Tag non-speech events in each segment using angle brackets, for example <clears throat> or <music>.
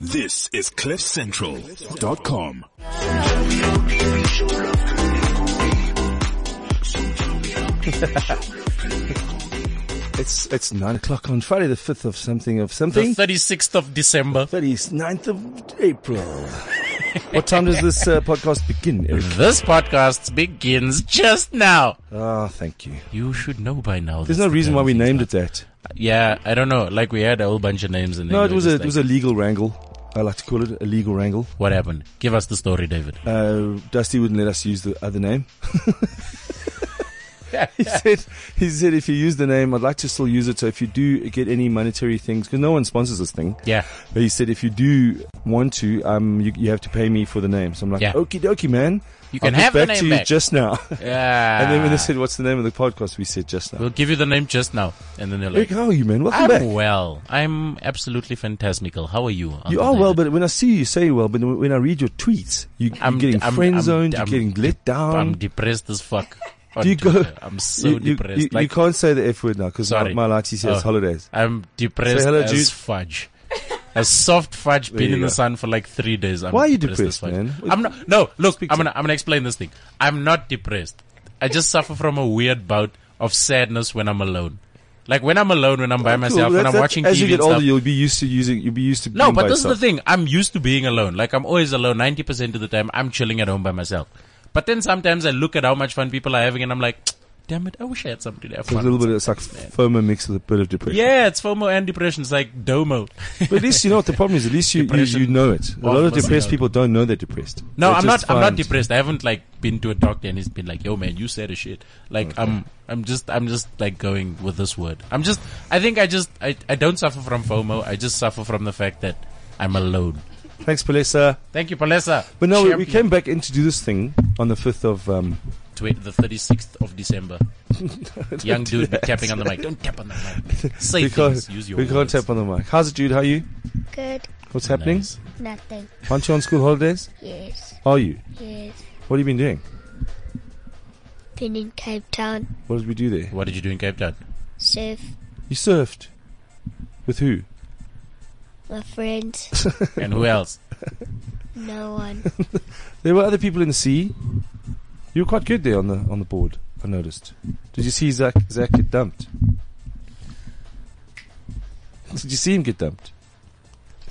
This is CliffCentral.com. It's it's nine o'clock on Friday, the fifth of something of The something. 36th of December. 39th of April. <laughs> what time does this uh, podcast begin, Eric? This podcast begins just now. Ah, thank you. You should know by now. There's no reason why we named it that. Yeah, I don't know. Like we had a whole bunch of names and then No, we it were was a just it like, was a legal wrangle. I like to call it a legal wrangle. What happened? Give us the story, David. Uh, Dusty wouldn't let us use the other name. <laughs> he said, "He said if you use the name, I'd like to still use it. So if you do get any monetary things, because no one sponsors this thing, Yeah. But he said, if you do want to, um, you, you have to pay me for the name. So I'm like, Yeah. okie dokie, man. You can I'll get have the back name to you back. Ah. just now. <laughs> Yeah. and then when they said, what's the name of the podcast? We said, just now. We'll give you the name just now. And then they're Rick, like, how are you, man? Welcome I'm back. well. I'm absolutely fantastical. How are you? You Uncle are well, David? but when I see you, you say well, but when I read your tweets, you, you're I'm- getting I'm- friend zoned, I'm- you're I'm getting let down. I'm depressed as fuck. on um, Do you go- Twitter. <laughs> I'm so you, you- depressed. you- you like, can't say the F word now because my, Sorry. my lighty says Oh. holidays. I'm depressed Say hello, as Jude. fudge. A soft fudge been you in the go. sun for like three days. I'm Why are you as depressed, fudge. man? I'm not. No, look. Speak I'm to gonna. I'm gonna explain this thing. I'm not depressed. I just suffer from a weird bout of sadness when I'm alone. Like when I'm alone, when I'm by myself, Cool, when that's- I'm that's- watching as TV you get and older, stuff. you'll be used to using. You'll be used to. No, being but by this is the yourself. thing. I'm used to being alone. Like I'm always alone. Ninety percent of the time, I'm chilling at home by myself. But then sometimes I look at how much fun people are having, and I'm like, damn it, I wish I had somebing to have It's fun. a little with." bit. It's like FOMO mixed with a bit of depression. yeah, it's FOMO and depression. It's like <laughs> Domo. But at least you know what the problem is. At least you, you, Depression. you know it. A Well, lot of must be depressed known. people don't know they're depressed. No, They I'm just not. I'm not find- depressed. I haven't like been to a doctor and he's been like, "Yo, man, you said a shit." Like, I'm, I'm just, I'm just like going with this word. I'm just. I think I just, I, I don't suffer from FOMO. I just suffer from the fact that I'm alone. Thanks, Palesa. Thank you, Palesa. But no, we, we Champion. came back in to do this thing on the fifth of. Um, Twe- the 36th of <laughs> December. Young dude be tapping on the mic. Don't tap on the mic. Say we can't, things. Use your we can't words. tap on the mic. How's it, Jude? How are you? Good. What's happening? Nice. Nothing. Aren't you on school holidays? Yes. Are you? Yes. What have you been doing? Been in Cape Town. What did we do there? What did you do in Cape Town? Surf. You surfed. With who? My friends. And who else? <laughs> no one. There were other people in the sea. You were quite good there on the on the board. I noticed. Did you see Zach Zach get dumped? Did you see him get dumped?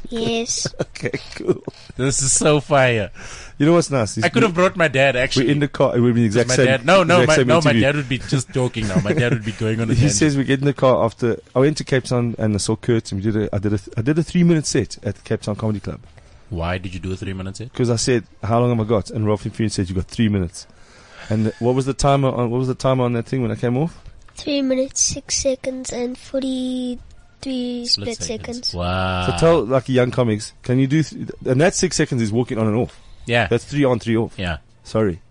Yes. <laughs> Okay, cool. This is so fire. You know what's nice? is I could have brought my dad we- actually. We're in the car. We're in the exact my same. dad. No, no, exact my, same no, my interview. dad would be just joking now. My dad would be going on <laughs> a He tangent. says we get in the car after I went to Cape Town and I saw Kurt and we did a I did a I did a three minute set at the Cape Town Comedy Club Why did you do a three minute set? because I said how long have I got and Ralph Infune said you got three minutes, and what was the timer on what was the timer on that thing when I came off? Three minutes, six seconds, and forty-three split, seconds. Wow. So tell like young comics can you do th- and that six seconds is walking on and off. yeah. That's three on three off. yeah. Sorry,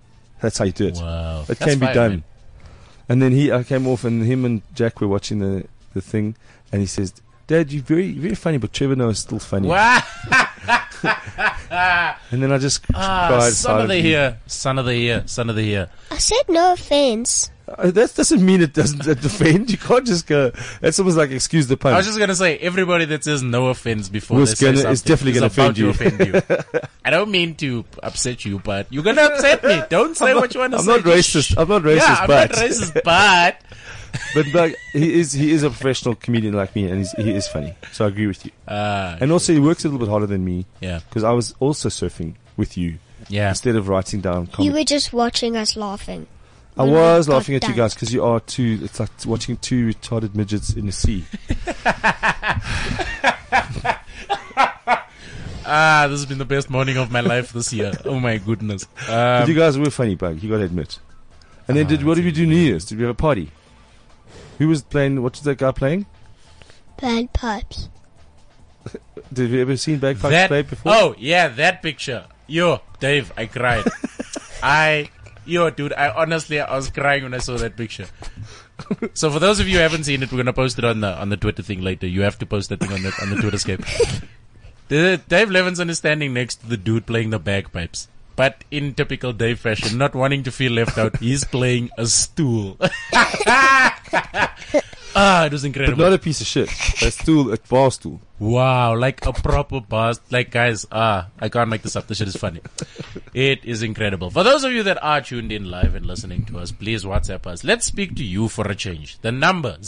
that's how you do it. Wow. It That's can be fire, done. man. And then he, I came off, and him and Jack were watching the, the thing, and he says, "Dad, you're very very funny, but Trevor Noah is still funny." Wow. And then I just Ah, cried. son of the silently. year. Son of the year. Son of the year. I said no offense. Uh, That doesn't mean it doesn't defend. You can't just go. That's almost like excuse the pun. I was just gonna say everybody that says no offense before Was this they say gonna- is something definitely gonna is about offend to offend <laughs> you. I don't mean to upset you, but you're gonna upset me. Don't say what you want to I'm say. not Just racist. shh. I'm not racist, Yeah, I'm but not racist, but but like, he is he is a professional comedian like me, and he's, he is funny. So I agree with you. uh, And also, he works a little bit harder than me yeah, because I was also surfing with you yeah. instead of writing down. You Comic. were just watching us laughing. I when was we got laughing at you done. guys because you are two. It's like watching two retarded midgets in the sea. Ah, this has been the best morning of my life <laughs> this year. Oh my goodness. But Um, you guys were funny, bug. You got to admit. And then, did what did we do New Year's? Did we have a party? Who was playing? What was that guy playing? Bagpipes. Did we ever seen bagpipes that, play before? oh yeah, that picture. Yo, Dave, I <laughs> cried. I, yo, dude, I honestly, I was crying when I saw that picture. So for those of you who haven't seen it, we're gonna post it on the on the Twitter thing later. You have to post that thing on the on the Twitter <laughs> scape. The, Dave Levinson is standing next to the dude playing the bagpipes, but in typical Dave fashion, not wanting to feel left out, he's playing a stool. <laughs> Ah, it was But incredible. not a piece of shit. A stool, a bar stool. Wow, like a proper bust. Like, guys, ah, I can't make this up. This shit is funny. It is incredible. For those of you that are tuned in live and listening to us, please WhatsApp us. Let's speak to you for a change. The number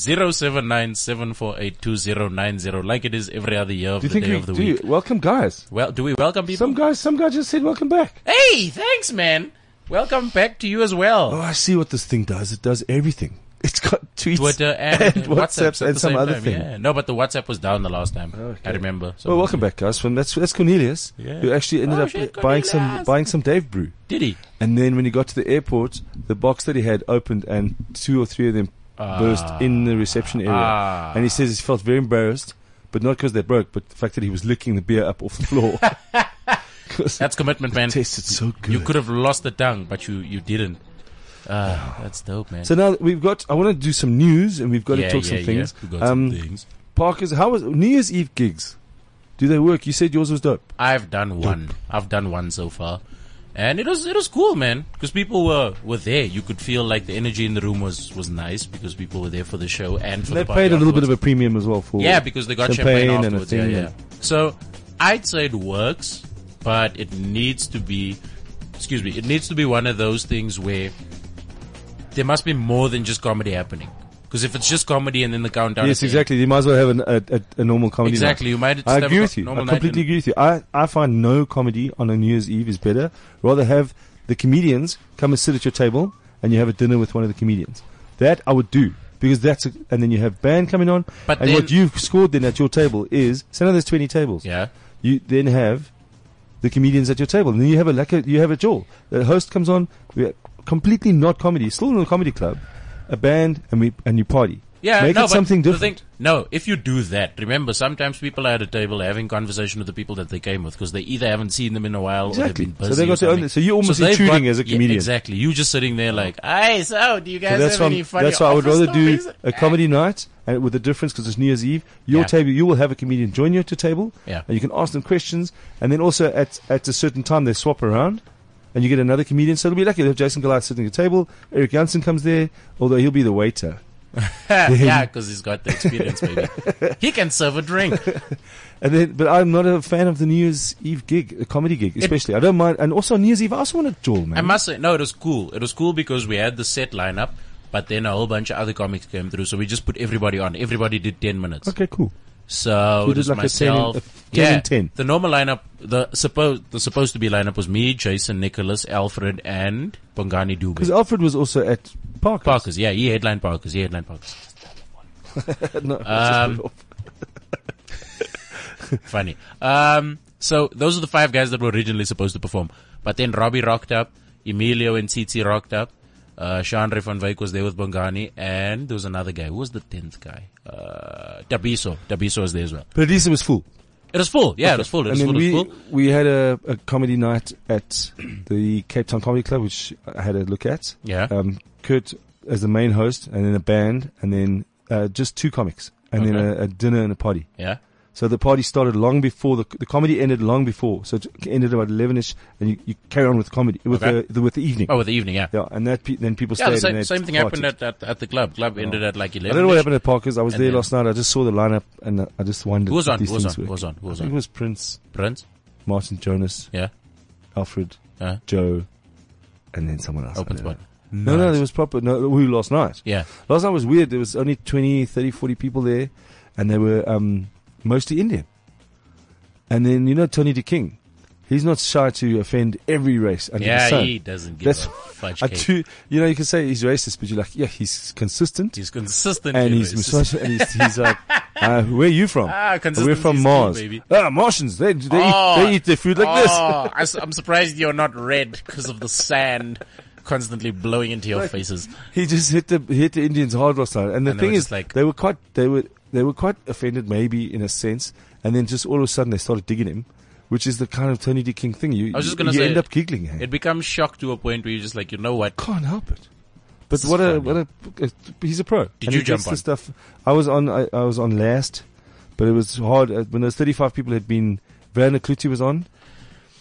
0797482090, like it is every other year of Do you the think day we of the do? week. You, welcome, guys. Well, do we welcome people? Some guys, some guy just said, "Welcome back." hey, thanks, man. Welcome back to you as well. Oh, I see what this thing does. It does everything. <laughs> It's got tweets, <laughs> Twitter and, and WhatsApp WhatsApps at and the some same other time, thing. Yeah. No, but the WhatsApp was down the last time. I remember. So Well, welcome back, guys. From that's that's Cornelius, Yeah. who actually ended Oh, up shit, buying some Cornelius. buying some Dave Brew. Did he? And then when he got to the airport, the box that he had opened, and two or three of them burst in the reception area. Ah. And he says he felt very embarrassed, but not because they broke, but the fact that he was licking the beer up off the floor. 'Cause it That's commitment, man. tasted so good. You could have lost the tongue, but you, you didn't. Ah, that's dope, man. so now that we've got. I want to do some news, and we've got Yeah, to talk yeah, some yeah. things. We got Um, some things. Parker's. How was New Year's Eve gigs? Do they work? You said yours was dope. I've done one. I've done one so far, and it was it was cool, man. Because people were were there. You could feel like the energy in the room was was nice because people were there for the show and for They the party paid a little bit afterwards. of a premium as well for Yeah, because they got champagne, champagne and a afterwards. thing yeah, yeah. and- So I'd say it works, but it needs to be, excuse me, it needs to be one of those things where there must be more than just comedy happening. Because if it's just comedy and then the countdown, at Yes, the end- exactly. You might as well have an, a, a, a normal comedy. Exactly, night. you might just I have a agree co- with you. I normal night completely and- agree with you. I, I find no comedy on a New Year's Eve is better. Rather have the comedians come and sit at your table and you have a dinner with one of the comedians. That I would do because that's a, and then you have band coming on. But and then- what you've scored then at your table is say now there's twenty tables. Yeah. You then have the comedians at your table, and then you have a like a, you have a jaw. The host comes on, we completely not comedy, still in a comedy club, a band, and we and you party. Yeah, make no, it but something the different. thing- no, if you do that, remember sometimes people are at a table having conversation with the people that they came with because they either haven't seen them in a while Exactly. or they've been So busy. they got or their own- something. so you're almost they've intruding as a yeah, comedian. exactly. You just sitting there like, hey, so do you guys So that's have why any I'm- funny? that's why I would office rather do <laughs> stories?" <laughs> a comedy night and with a difference because it's New Year's Eve. Your Yeah. table, you will have a comedian join you at your table, Yeah. and you can ask them questions. And then also at at a certain time they swap around, and you get another comedian. So it'll be lucky. You'll have Jason Goliath sitting at your table. Eric Janssen comes there, although he'll be the waiter. yeah, because he's got the <laughs> experience, baby. he can serve a drink. And then, but I'm not a fan of the New Year's Eve gig, a comedy gig especially. I don't mind. And also New Year's Eve, I also want to jaw, man. I must say, no, it was cool. It was cool because we had the set lineup, but then a whole bunch of other comics came through, so we just put everybody on. Everybody did ten minutes. okay, cool. So you it did was like a 10 in- myself. a 10 in 10. The normal lineup, the supposed the supposed to be lineup was me, Jason, Nicholas, Alfred, and Bongani Because Dube. Alfred was also at Parker. Parkers, yeah, he headlined Parkers, he headlined Parkers. No, it's just <laughs> Um, put off. Funny. Um, so those are the five guys that were originally supposed to perform, but then Robbie rocked up, Emilio and Tsitsi rocked up. Uh, Chandra van Wyk was there with Bongani, and there was another guy. Who was the tenth guy? Uh, Dabiso. Dabiso was there as well. but at least it was full. It was full. Yeah, it was full. And It was then full. we It was full. we had a, a comedy night at the Cape Town Comedy Club, which I had a look at. Yeah. Um, Kurt as the main host, and then a band, and then uh, just two comics, and then Okay. a, a dinner and a party. Yeah. So the party started long before the the comedy ended long before. So it ended about eleven ish, and you, you carry on with comedy with Okay. the, the with the evening. Oh, with the evening. Yeah. Yeah, and that pe- then people Yeah, stayed. the same, and same thing happened at, at, at the club. Club ended at like Oh. I 11. don't know what happened at Parker's. I was And there then- last night. I just saw the lineup, and uh, I just wondered. Who was if on? These Who was things on? work. Who was on? Who was I think <laughs> on? it was Prince, Prince? Martin Jonas, Yeah. Alfred, Uh, Joe, and then someone else. open I don't spot. know. No, no, there was proper. No, we last night. Yeah. Last night was weird. There was only 20, 30, 40 people there, and they were um, mostly Indian. And then you know Tony De King, he's not shy to offend every race under the Yeah, sun. he doesn't <laughs> give That's- a fudge I cake. do, you know, you can say he's racist, but you're like, yeah, he's consistent he's consistent. and in he's racism. misogynist. And he's, he's <laughs> like, uh, where are you from? Ah, We're consistency from is key, Mars. baby. Ah, Martians. They they, eat, they eat their food like Oh, I s- I'm surprised you're not red because of the sand constantly blowing into your faces. this. He just hit the hit the Indians hard last night. And the And they thing were is, just like- they were quite they were they were quite offended, maybe in a sense. And then just all of a sudden, they started digging him, which is the kind of Tony D King thing. You was just gonna you say, end up giggling. Hey? It becomes shock to a point where you're just like, you know what? can't help it. But This is what a funny. what a he's a pro. Did And you he gets jump the on? stuff? I was on I, I was on last, but it was hard uh, when those thirty five people had been. Verna Clutie was on.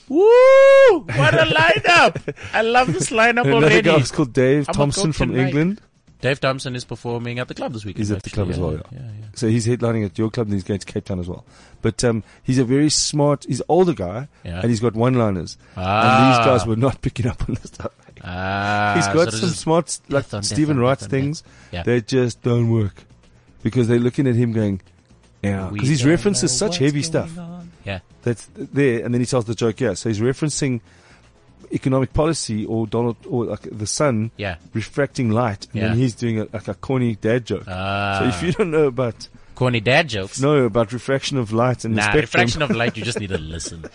Woo! What a lineup! I love this lineup And another <laughs> already. guy was called Dave I'ma Thompson go from tonight. England. Dave Thompson is performing at the club this weekend. He's at the club actually. as well, yeah. yeah, yeah. So he's headlining at your club and he's going to Cape Town as well. But um, he's a very smart, he's an older guy Yeah. and he's got one liners. Ah. And these guys were not <laughs> picking up on this stuff. Ah, he's got so some this is- smart, like death on, death Stephen on, Wright's death on, things. Yeah. They just don't work because they're looking at him going, yeah, We because his don't reference know is such what's heavy going stuff on. Yeah, that's there, and then he tells the joke. Yeah, so he's referencing economic policy or Donald or like the sun yeah. refracting light, and Yeah. then he's doing a, like a corny dad joke. Ah, so if you don't know about corny dad jokes. know about refraction of light and the nah, spectrum, refraction of light. You just <laughs> need to listen.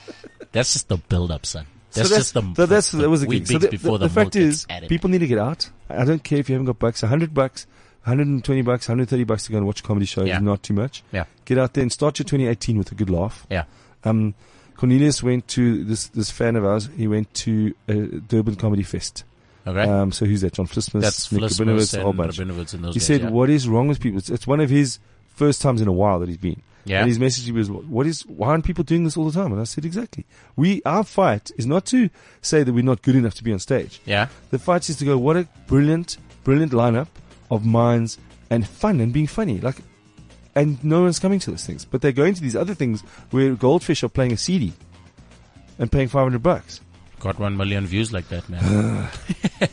That's just the build-up, son. So That's just the. so that's that was a gig. wheat So bits the, before the, the, the fact milk gets is, added. people need to get out. I don't care if you haven't got bucks, hundred bucks, hundred and twenty bucks, hundred thirty bucks to go and watch a comedy show Yeah. is not too much. Yeah. get out there and start your 2018 with a good laugh. Yeah. Um, Cornelius went to this this fan of ours. He went to uh, Durban Comedy Fest. okay, Um, so who's that? John Flismus, that's Nick Rabinowitz, Flismus a whole and bunch. Rabinowitz and those He guys, said, yeah. "What is wrong with people?" It's, it's one of his first times in a while that he's been. Yeah. And his message to me was, "What is? Why aren't people doing this all the time?" And I said, "Exactly. We our fight is not to say that we're not good enough to be on stage. yeah, The fight is to go, what a brilliant, brilliant lineup of minds and fun and being funny. Like, and no one's coming to those things, but they're going to these other things where goldfish are playing a CD and paying 500 bucks. got one million views like <laughs> that, man.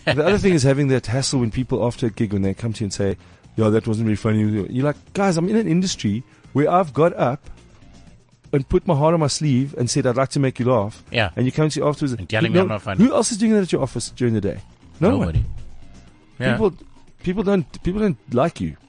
And the other thing is having that hassle when people after a gig when they come to you and say, "Yo, that wasn't really funny." You're like, guys, I'm in an industry where I've got up and put my heart on my sleeve and said, "I'd like to make you laugh." Yeah. And you come to you afterwards And telling who- me no- I'm not funny. Who else is doing that at your office during the day? No one. Nobody. Yeah. People, people don't people don't like you. <laughs>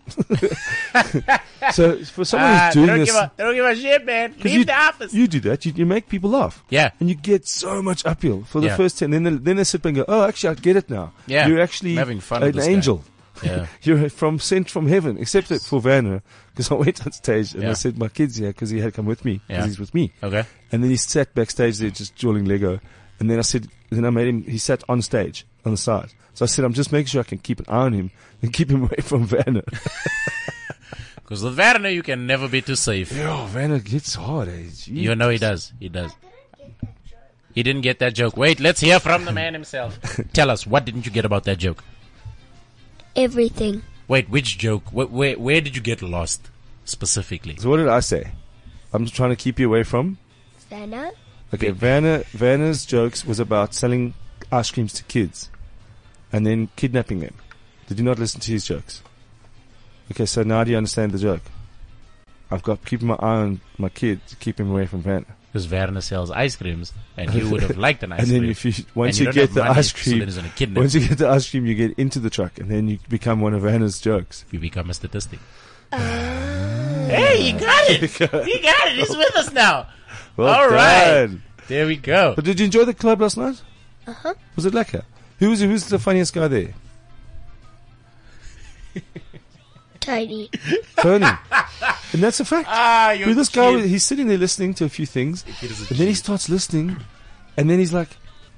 so for someone Ah, who's doing they don't this, give a, they don't give a shit, man. 'cause Leave you, the office. you do that. You, you make people laugh. yeah, And you get so much appeal for the Yeah. first ten. Then they, then they sit back and go, "Oh, actually, I get it now. Yeah. You're actually I'm having fun with an this guy. angel. yeah, You're from sent from heaven, except that for Werner, because <laughs> I went on stage and Yeah. I said my kids here because he had come with me because Yeah. he's with me. okay, And then he sat backstage there just drawing Lego, and then I said, then I made him. He sat on stage on the side. So I said, I'm just making sure I can keep an eye on him and <laughs> keep him away from Werner. <laughs> because with Werner you can never be too safe. Yo, Werner gets hard. Eh? Gee. You know he does. He does. He didn't get that joke. Wait, let's hear from the man <laughs> himself. Tell us, what didn't you get about that joke? Everything. Wait, which joke? Where, where, where did you get lost specifically? So what did I say? I'm just trying to keep you away from. Vanna? Okay, Werner Werner's jokes was about selling ice creams to kids and then kidnapping them. Did you not listen to his jokes? Okay, so now do you understand the joke? I've got keeping my eye on my kid to keep him away from Werner. Because Werner sells ice creams, and you would have <laughs> liked an ice and then cream. if you once And you, don't get have the money, ice so then cream he's gonna kidnap once you, you get the ice cream you get into the truck and then you become one of Werner's jokes. you become a statistic. hey, you got <laughs> it! You got it! He's with us now. Well All right. done. There we go. But did you enjoy the club last night? Uh-huh. Was it lekker? Who was who's the funniest guy there? Tiny. <laughs> Tony. and that's a fact. Ah, you. Dude, this guy, he's sitting there listening to a few things, and then he starts listening, and then he's like,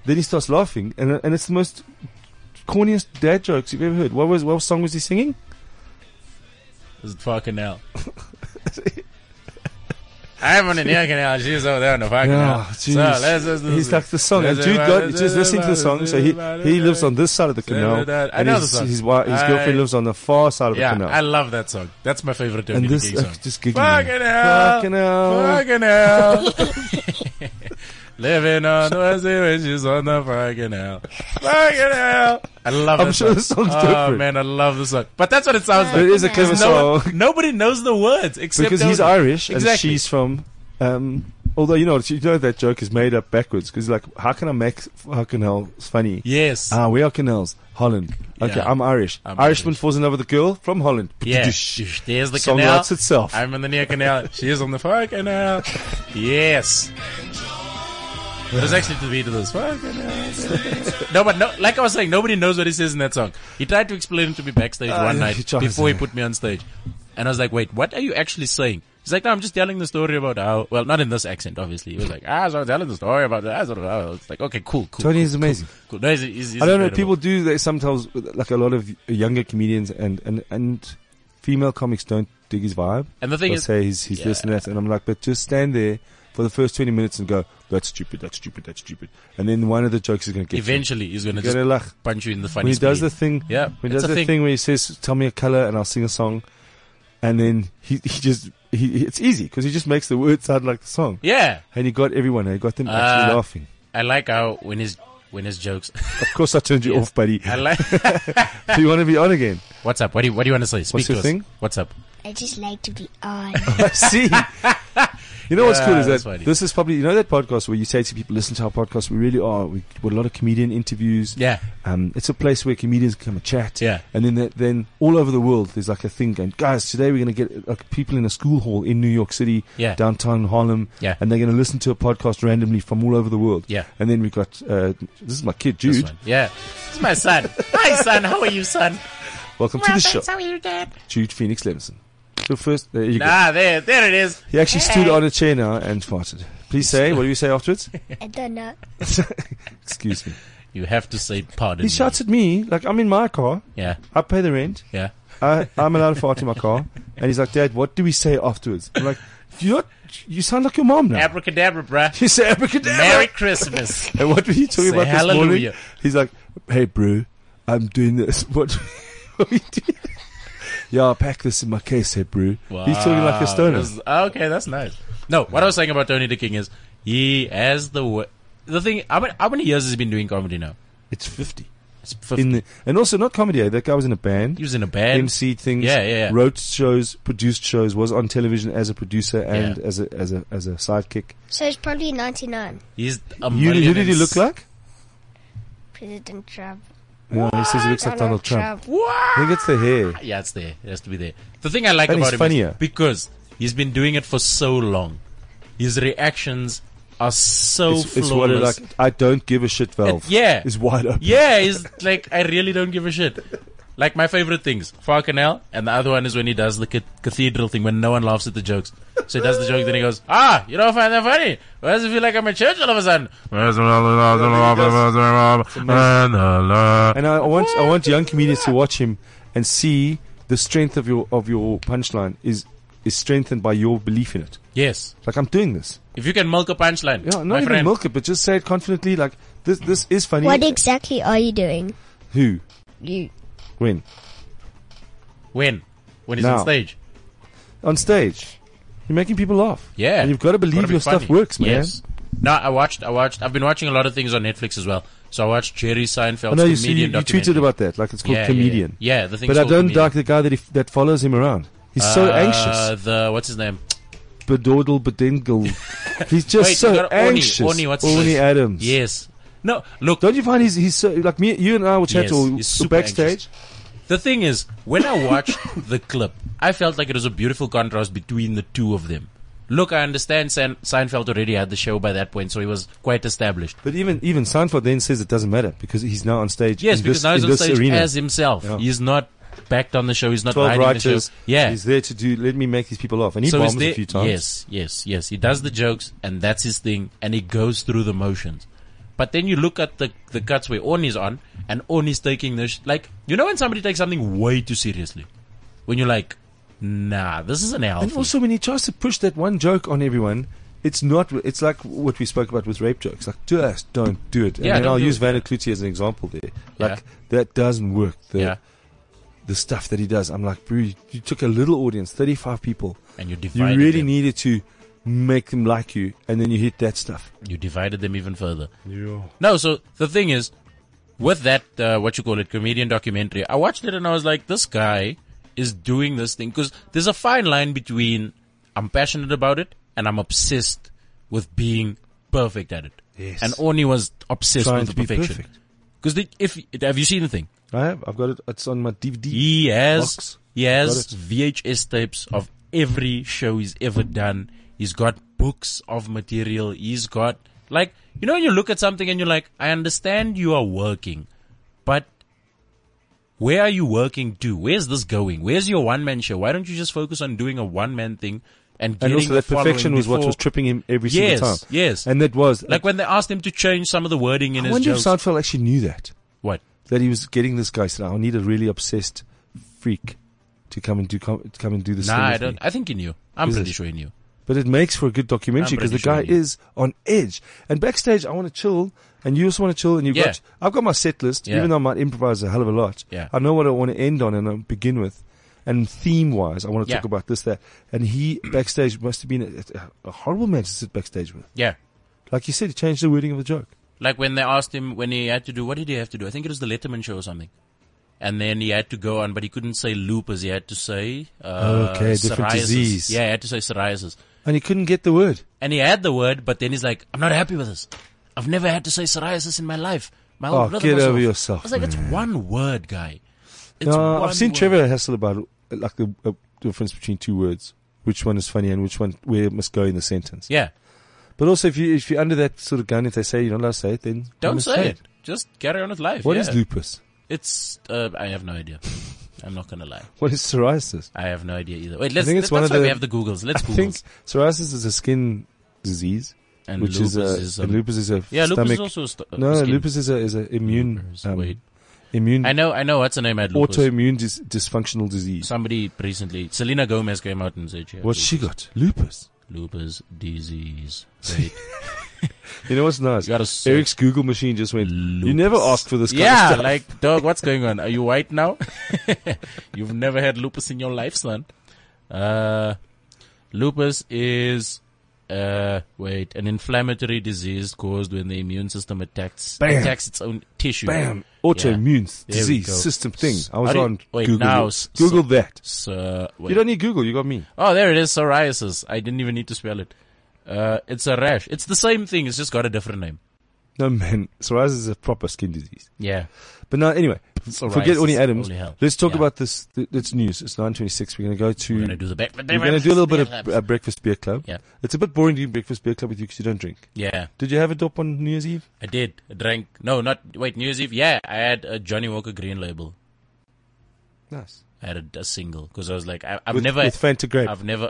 then he starts laughing, and and it's the most corniest dad jokes you've ever heard. What was what song was he singing? This is fucking <laughs> hell. I'm on the near canal. She's over there on the fucking Yeah, canal. jeez. So let's, let's, Ah, he's like the song, and Dude got just listening to the song. So he he lives on this side of the canal, I and know his the song. his, wi- his I- girlfriend lives on the far side of Yeah, the I canal. love that song. That's my favorite Tony And this King song. uh, <laughs> just giggling. Fucking hell. Fucking hell. Fucking hell. <laughs> <laughs> Living on the west side when she's on the fucking hell. Fucking hell. I love I'm that sure song. the song's oh, different. man, I love the song. But that's what it sounds It like. is a clever No, song. one- nobody knows the words except because he's those- Irish and Exactly. she's from. Um, although you know, you know that joke is made up backwards because like, how can I make fucking hell funny? Yes. Ah, we are canals, Holland. Okay, Yeah. I'm Irish. I'm Irishman Irish. falls in love with a girl from Holland. yeah. Song There's the canal. writes itself. I'm on the near canal. She is on the far canal. Yes. There's actually to be to this. Far canal. no, but no, like I was saying, nobody knows what he says in that song. He tried to explain it to me backstage Ah, one yeah, night he tries, before yeah. he put me on stage. And I was like, wait, what are you actually saying? He's like, no, I'm just telling the story about how, well, not in this accent, obviously. He was like, ah, so I'm telling the story about that. It's like, okay, cool, cool. Tony cool, is amazing. cool. No, he's, he's, he's I don't know. People incredible. do that sometimes. Like a lot of younger comedians and and and female comics don't dig his vibe. And the thing They is, say he's he's this and that, and I'm like, but just stand there for the first 20 minutes and go, that's stupid, that's stupid, that's stupid. And then one of the jokes is going to get you. Eventually, he's gonna You're just gonna laugh. punch you in the funny. When he does spleen. the thing, Yeah, when he it's does a the thing. thing. where he says, tell me a color and I'll sing a song. And then he, he just, he, it's easy because he just makes the words sound like the song. Yeah, And he got everyone, he got them actually Uh, laughing. I like how when his when his jokes. Of course I turned you yes. off, buddy. I like. Do you want to be on again? <laughs> What's up? What do you What do you want to say? Speak What's to your us. thing? What's up? I just like to be <laughs> on. See, you know what's Yeah, cool is that's that funny. this is probably you know that podcast where you say to people, "Listen to our podcast. We really are. We with a lot of comedian interviews. Yeah, Um, it's a place where comedians come and chat. yeah. And then that- then all over the world, there's like a thing going, guys. Today we're going to get uh, people in a school hall in New York City, Yeah. downtown Harlem, Yeah. and they're going to listen to a podcast randomly from all over the world. Yeah. And then we got uh, this is my kid This Jude. one. Yeah. This is my son. Hi, son. How are you, son? Welcome to the show, How are you, dad? Jude Phoenix Levinson. So first, there you go. Ah, there, there it is. He actually stood Hey. on a chair now and farted. Please say, what do you say <laughs> afterwards? I don't know. Excuse me. You have to say pardon. He me. shouts at me like I'm in my car. Yeah, I pay the rent. yeah. I, I'm allowed to fart in my car. And he's like, Dad, what do we say afterwards? I'm like, you not, you sound like your mom now. Abracadabra, bruh. you say abracadabra. Merry Christmas. and what were you talking Say about this hallelujah. morning? He's like, Hey, bro, I'm doing this. <laughs> What, what we <laughs> doing? Yeah, I'll pack this in my case, hey, bro. He's talking like a Wow, stoner. this is- okay, that's nice. No, what I was saying about Tony the King is he has the wo- the thing. How many, how many years has he been doing comedy now? It's 50. It's 50. In the, and also not comedy. eh? That guy was in a band. he was in a band. MC things. Yeah, yeah, yeah. Wrote shows, produced shows, was on television as a producer and Yeah. as a as a as a sidekick. So it's probably 99. He's a You, million who did he and look s- like? President Trump. Yeah, he says he looks like Donald Trump. I What? think it's the hair. Yeah, it's there. It has to be there. The thing I like And about he's him funnier. is because he's been doing it for so long. His reactions are so It's, flawless. it's what it like. I don't give a shit. Valve. It- yeah. is wide open. Yeah, he's like, I really don't give a shit. Like my favorite things, Farcanel, and the other one is when he does the ca- cathedral thing when no one laughs at the jokes. So he does the joke, then he goes, "Ah, you don't find that funny? Why does it feel like I'm in church all of a sudden?" And I, I want I want young comedians to watch him and see the strength of your of your punchline is is strengthened by your belief in it. Yes, Like I'm doing this. if you can milk a punchline, Yeah, my not even friend. milk it, but just say it confidently. Like this this is funny. What exactly are you doing? Who You. when when when he's Now. on stage, on stage? You're making people laugh. yeah, and you've got to believe Gotta be your funny. stuff works, man. Yes. No, I watched. I watched. I've been watching a lot of things on Netflix as well. So I watched Jerry Seinfeld's I know you, see, you, comedian you tweeted documentary. about that. Like it's called Yeah, yeah, comedian. Yeah, yeah the thing. But I don't like the guy that he, that follows him around. He's so anxious. Uh, The what's his name? Bedoddle <laughs> bedingle. He's just Wait, so you got Orny. anxious. Orny, what's his Orny name? Adams. Yes. No, look, Don't you find he's he's so like me? You and I will chat Yes, or he's super backstage. the thing is, when I watched <laughs> the clip, I felt like it was a beautiful contrast between the two of them. Look, I understand Sein- Seinfeld already had the show by that point, so he was quite established. But even even Seinfeld then says it doesn't matter because he's now on stage. Yes, in because this, now he's in on this stage arena. as himself. Yeah. He's not backed on the show. He's not twelve riding the writers. show. Yeah. he's there to do. Let me make these people laugh, and he so bombs he's there, a few times. Yes, yes, yes. He does the jokes, and that's his thing, and he goes through the motions. But then you look at the the cuts where Orni's on, and Orni's taking this like you know when somebody takes something way too seriously, when you're like, nah, this isn't And healthy. also, when he tries to push that one joke on everyone, it's not. It's like what we spoke about with rape jokes. Like, just don't do it. And Yeah, then don't I'll do use it. Van Clutie as an example there. Like Yeah. that doesn't work. The, yeah, the stuff that he does, I'm like, bro, you, you took a little audience, 35 people. and you You divided really them. needed to make them like you, and then you hit that stuff. you divided them even further. No, so the thing is, with that, uh, what you call it, comedian documentary, I watched it and I was like, this guy is doing this thing. Because there's a fine line between I'm passionate about it and I'm obsessed with being perfect at it. Yes. And Orny was obsessed Trying with to the be perfection. perfect. Because if have you seen the thing? I have. I've got it. It's on my DVD. He has Box. he has Got it. VHS tapes of every show he's ever done. He's got books of material. He's got like you know when you look at something and you're like, I understand you are working, but where are you working to? Where's this going? Where's your one man show? Why don't you just focus on doing a one man thing and and getting also, a that perfection following was what before- was tripping him every Yes, single time. yes. And that was. like when they asked him to change some of the wording in I his wonder jokes. if Seinfeld actually knew that. what? That he was getting this guy. He said, "Oh, I need a really obsessed freak to come and do, com- to come and do this Nah, I thing. with don't. me." I think he knew. I'm Is pretty it? sure he knew. But it makes for a good documentary I'm because the pretty guy sure, yeah. is on edge. And backstage, I want to chill, and you also want to chill, and you've Yeah. got, I've got my set list, Yeah. even though I might improvise a hell of a lot. Yeah. I know what I want to end on and uh, begin with. And theme wise, I want to Yeah. talk about this, that. And he backstage must have been a, a horrible man to sit backstage with. Yeah. Like you said, he changed the wording of the joke. Like when they asked him when he had to do, what did he have to do? I think it was the Letterman show or something. And then he had to go on, but he couldn't say lupus. He had to say uh, Okay, different psoriasis. disease. Yeah, he had to say psoriasis. And he couldn't get the word. And he had the word, but then he's like, I'm not happy with this. I've never had to say psoriasis in my life. My Oh, whole brother get was over off." yourself, I was like, it's one word, guy. It's No, one Uh, I've seen word. Trevor hassle about uh, like the uh, difference between two words, which one is funny and which one where it must go in the sentence. Yeah. But also, if you if you're under that sort of gun, if they say you're not allowed to say it, then you Don't must say it. Just carry on with life. What yeah. is lupus? It's, uh, I have no idea. I'm not going to lie. What is psoriasis? I have no idea either. Wait, let's, think it's that's one of why we the- have the Googles. Let's I Google. think psoriasis is a skin disease, and which lupus is, uh, a, is, and um, lupus is a Yeah, stomach. lupus is also a st- uh, no, skin. lupus is a is a immune Lupus, um, wait. immune I know, I know. What's the name? I had lupus. autoimmune dis- dysfunctional disease. Somebody recently, Selena Gomez came out and said, yeah, What's she got? Lupus. lupus disease. Wait. You know what's nice? You gotta search. Eric's Google machine just went. You never asked for this. Kind yeah, of stuff. like dog, what's going on? Are you white now? <laughs> You've never had lupus in your life, son. Uh, lupus is uh wait an inflammatory disease caused when the immune system attacks Bam. attacks its own tissue. Bam. Autoimmune There we disease go. system thing. I How was do you- on wait, Google. now it. s- Google that. So wait. You don't need Google. You got me. oh, there it is, psoriasis. I didn't even need to spell it. Uh, it's a rash. It's the same thing. It's just got a different name. No man, psoriasis is a proper skin disease. Yeah. But now, anyway, Psoriasis, forget Orny Adams. holy hell. Let's talk Yeah. about this. th- It's news. It's nine twenty-six. We're going to go to. We're gonna do the back. we're gonna do a little bit of uh, breakfast beer club. Yeah. It's a bit boring doing breakfast beer club with you because you don't drink. Yeah. Did you have a dop on New Year's Eve? I did. I drank. No, not wait. New Year's Eve. Yeah, I had a Johnny Walker Green Label. Nice. I had a, a single because I was like, I, I've With, never, with Fanta grape. I've never,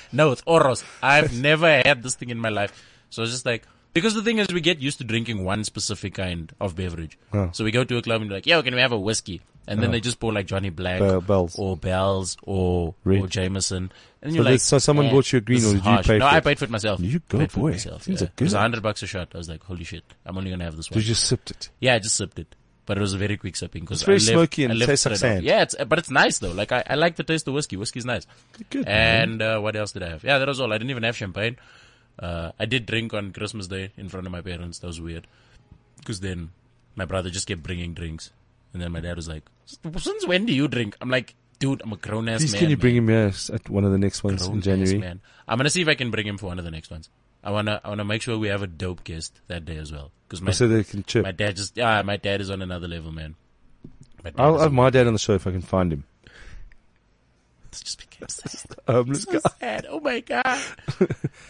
<laughs> no, with Oros. I've never had this thing in my life. So I was just like, because the thing is, we get used to drinking one specific kind of beverage. Oh. So we go to a club and be like, yeah, can we have a whiskey? And then they just pour like Johnny Black Bell- Uh-huh. Bell's. or Bell's or, Red. or Jameson. And So you're like, this- so someone bought you a green this or is did you harsh. pay No, for I it? paid for it myself. You go, Paid for it boy. myself, Things yeah. are It was good. 100 bucks a shot. I was like, holy shit, I'm only going to have this one. you just sipped it. Yeah, I just sipped it, but it was a very quick sipping because It's very smoky and it tastes like sand. Yeah, it's, but it's nice though. Like I, I like the taste of whiskey. Whiskey's nice. Good, man. And uh, what else did I have? Yeah, that was all. I didn't even have champagne. Uh, I did drink on Christmas Day in front of my parents. That was weird because then my brother just kept bringing drinks, and then my dad was like, "Since when do you drink?" I'm like, "Dude, I'm a grown ass Please, man." can you man. bring him here s- at one of the next ones in Grown-ass January? man. I'm gonna see if I can bring him for one of the next ones. I wanna, I wanna make sure we have a dope guest that day as well. Because my Oh, So they can chip. my dad just yeah, my dad is on another level, man. My dad I'll is have on- my dad on the show if I can find him. it's <laughs> just became sad. Um, let's So <laughs> sad. Oh my <laughs> god.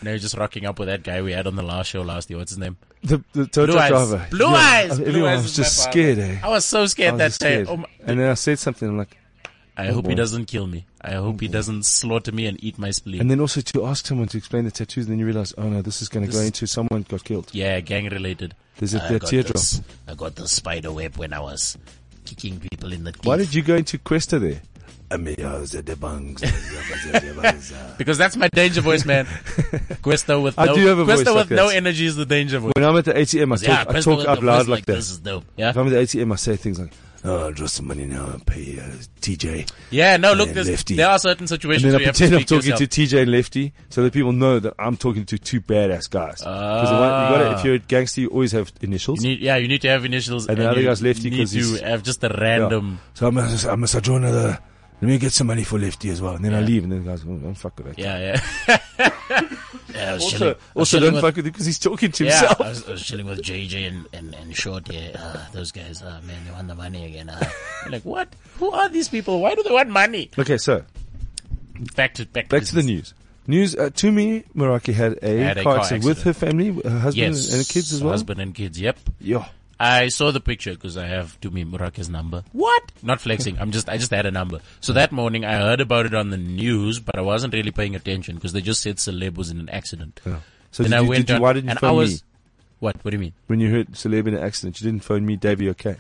now you're just rocking up with that guy we had on the last show last year. What's his name? The, the Toyota Blue eyes. driver. Blue eyes. Blue everyone eyes was is my just father. scared, eh? I was so I scared was that just day. scared. Oh my, and then I said something, I'm like, I hope boy. Oh, he doesn't kill me. I hope he doesn't slaughter me and eat my spleen. and then also to ask someone to explain the tattoos, and then you realize, oh no, this is going to go into someone got killed. yeah, gang related. There's a I there got teardrop. this- I got the spider web when I was kicking people in the teeth. Why did you go into Questa there? <laughs> Because that's my danger voice, <laughs> man. Questo with I no, do have a Questo voice like with no this. energy is the danger voice. When I'm at the ATM, I yeah, talk, I Questo talk with out the loud voice like This that. is dope. Yeah. If I'm at the ATM, I say things like, oh, I draw some money now and pay uh, TJ. Yeah, no, look, Yeah, there's, lefty. there are certain situations And then I where you have to pretend I'm speak talking to yourself. to TJ and Lefty so that people know that I'm talking to two badass guys. Because the one- you gotta- Ah. if you're a gangster, you always have initials. You need, yeah, you need to have initials. And the other you guy's lefty 'cause need to he's- have just a Yeah. random. So I must, I must draw another. Let me get some money for Lefty as well. And then I leave. And then the guys, oh, don't fuck with that. Yeah, yeah. <laughs> yeah I was Also, chilling, I was also chilling don't with, fuck with him because he's talking to Yeah, himself. I was, I was chilling with JJ and, and, and Short here. Uh, those guys, uh, man, they want the money again. Uh, <laughs> You're like, what? Who are these people? Why do they want money? Okay, so Back to back, back to the news. News uh, Tumi Meraki had a Had a car car accident with her family, her husband, Yes, and her kids as well. Husband and kids. Yep. Yeah. I saw the picture because I have Tumi Muraki's number. What? Not flexing. I'm just, I just had a number. So that morning I heard about it on the news, but I wasn't really paying attention because they just said Celeb was in an accident. So Then did I you, went did you, on why didn't you and I phone was- me What? What do you mean? when you heard Celeb in an accident? You didn't phone me, Davey. Okay.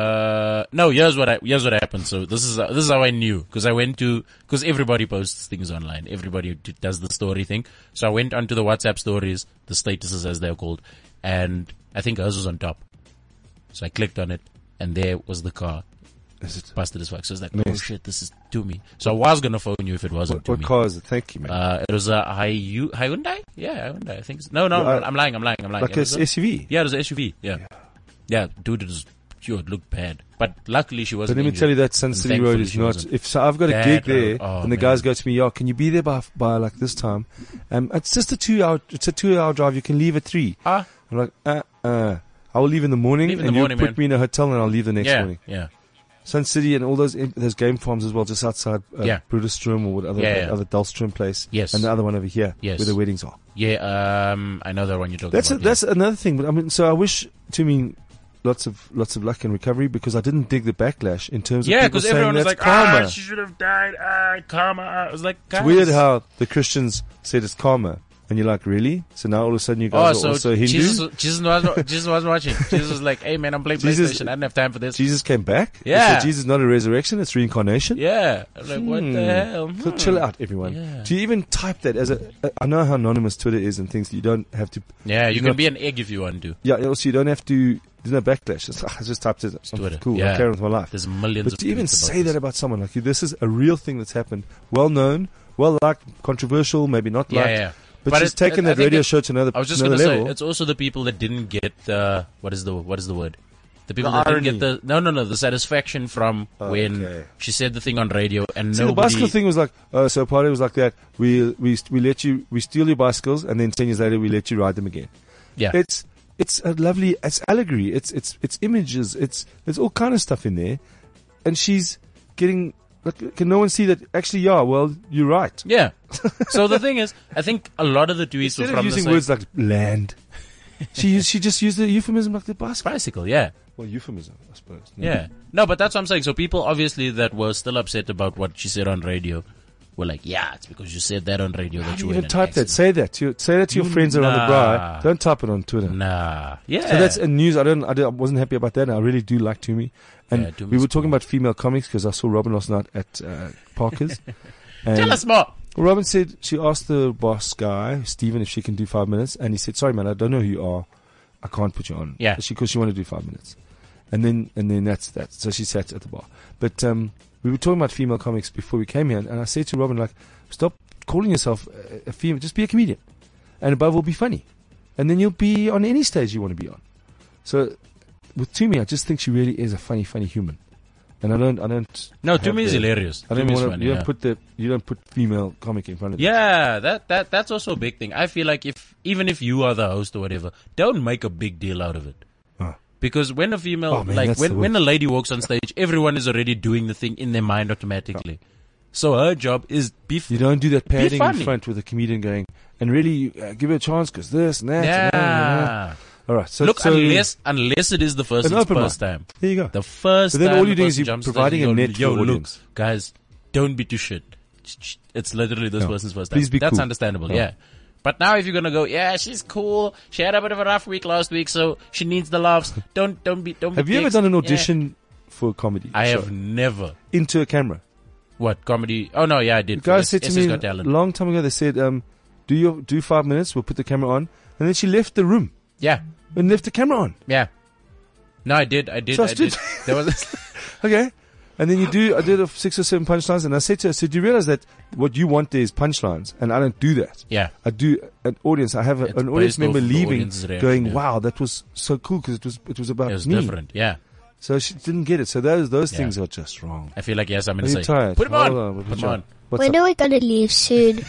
Uh, no, here's what I, here's what happened. So this is, this is how I knew. Cause I went to, cause everybody posts things online. Everybody d- does the story thing. So I went onto the WhatsApp stories, the statuses as they're called, and I think hers was on top. So I clicked on it and there was the car. Is it- Busted as fuck. So I was like, oh Nice. shit, this is to me. So I was gonna phone you if it wasn't What, to what me. car is it? Thank you, man. Uh, it was a Hyu- Hyundai? Yeah, Hyundai. I think so. No, no, Yeah, no, I'm lying, I'm lying, I'm lying. like It a was a- SUV. yeah, it was an SUV. Yeah. yeah. dude, it was, yo, it looked bad. But luckily she But wasn't let me injured. tell you that Sun And City Road thankfully is she not. wasn't. If so, I've got a That gig there, road- oh, and the man. guys go to me, "Yo, can you be there by by like this time?" Um, it's just a two hour. It's a two hour drive. You can leave at three. Ah, I'm like, uh, uh. I will leave in the morning, Leave in and the you morning, put man. me in a hotel, and I'll leave the next yeah, morning. yeah. Sun City and all those those game farms as well, just outside uh, Yeah. Bruderstrom or what other Yeah, yeah. other Dahlstrom place. Yes. and the other one over here, Yes. where the weddings are. Yeah, um, I know that one you're talking That's a, about. that's another thing. But I mean, so I wish to mean lots of lots of luck and recovery because I didn't dig the backlash in terms of yeah, people because saying everyone was that's like, karma. ah, she should have died. Ah, karma. Ah. It was like, It's guys. weird how the Christians said it's karma, and you're like, really? So now all of a sudden you Oh, guys are so also Hindu. Jesus, Jesus, Jesus, was, Jesus wasn't watching. Jesus was like, hey, man, I'm playing Jesus- PlayStation. I didn't have time for this. came back. They Yeah. said, Jesus is not a resurrection; it's reincarnation. Yeah. I'm like, what Hmm. the hell? So Hmm. chill out, everyone. Yeah. Do you even type that as a? I know how anonymous Twitter is and things. You don't have to. Yeah, You're you can not- be an egg if you want to. Yeah. Also, you don't have to. There's no backlash. It's, ah, I just typed it. I'm Twitter. Cool. Yeah. I'm carrying on with my life. There's millions But of to even tweets about say this. that about someone like you, this is a real thing that's happened. Well known, well liked, controversial, maybe not Yeah, liked. yeah. But, But she's it- taken I that think radio it- show to another, I was just another going to say, level. it's also the people that didn't get the what is the what is the word? The people The that didn't get irony. the no no no the satisfaction from when Okay. she said the thing on radio and See, the nobody. bicycle thing was like, uh, so party was like that. We, we, we let you, we steal your bicycles and then 10 years later we let you ride them again. yeah, It's, it's a lovely, it's allegory. It's, it's, it's images. It's, there's all kind of stuff in there. And she's getting, like, can no one see that actually, yeah, well, you're right. yeah. so the thing is, I think a lot of the tweets were Instead from of the using same- words like land, she, <laughs> used- she just used the euphemism like Mm-hmm. the bicycle. bicycle. Yeah, Well, euphemism, I suppose. No. yeah. No, but that's what I'm saying. So people obviously that were still upset about what she said on radio were like, yeah, it's because you said that on radio that You you don't were in even an type that. accident. Say that to your, say that to your friends around the bar. Mm, Nah. Don't type it on Twitter. Nah, yeah. So that's a news. I don't. I, don't- I wasn't happy about that. and I really do like Toomey, and Yeah, Toomey's we were talking cool. about female comics because I saw Robin last night at uh, <laughs> Parker's. and Tell us more. Robin said she asked the boss guy Stephen if she can do five minutes, and he said, "Sorry, man, I don't know who you are. I can't put you on." Yeah. she because she wanted to do five minutes, and then and then that's that. So she sat at the bar. But um, we were talking about female comics before we came here, and, and I said to Robin, like, "Stop calling yourself a, a female. Just be a comedian, and above all, be funny, and then you'll be on any stage you want to be on." So with Toomey, I just think she really is a funny, funny human, and I don't, I don't. No, have to me is the- hilarious. I don't Tumi's want funny, to. You yeah. don't put the. You don't put female comic in front of. Yeah, that that that's also a big thing. I feel like if even if you are the host or whatever, don't make a big deal out of it. Huh. Because when a female, Oh, man, like that's when the when a lady walks on stage, everyone is already doing the thing in their mind automatically. So her job is be f- You don't do that padding in funny. front with a comedian going, and really you, uh, give her a chance because this and that. and that, and that." yeah. All right. So, Look, so unless unless it is the first open mic. first time, there you go. the first But then time all you the do is person you're jumps on providing a stage, you go, net to Yo, the look, audience." guys, don't be too shit. Ch- ch- It's literally this No, person's first time. please be That's cool. understandable. Yeah. Yeah. But now if you're gonna go, yeah, she's cool. She had a bit of a rough week last week, so she needs <laughs> the laughs. Don't don't be don't. be have you ever dicks. done an Yeah. audition for a comedy? I show? have never. into a camera. What comedy? Oh no, yeah, I The did. guy Guys, said to me Got a talent. long time ago. They said, um, "Do your do five minutes. We'll put the camera on." And then she left the room Yeah, and left the camera on. yeah. No, I did. I did. So I I <laughs> did. stood- There <laughs> was. Okay. And then you do. I did a six or seven punchlines, and I said to her, "So do you realize that what you want there is punchlines, and I don't do that." yeah. I do an audience. I have a, It's an audience based member off the leaving, audience's reaction, going, yeah. "Wow, that was so cool because it was it was about It was me." different. Yeah. So she didn't get it. So those those Yeah. things are just wrong. I feel like yes, I'm Are gonna you say. tired? Put him Hold on. we'll Put put him you on. What's up? When are we gonna leave soon?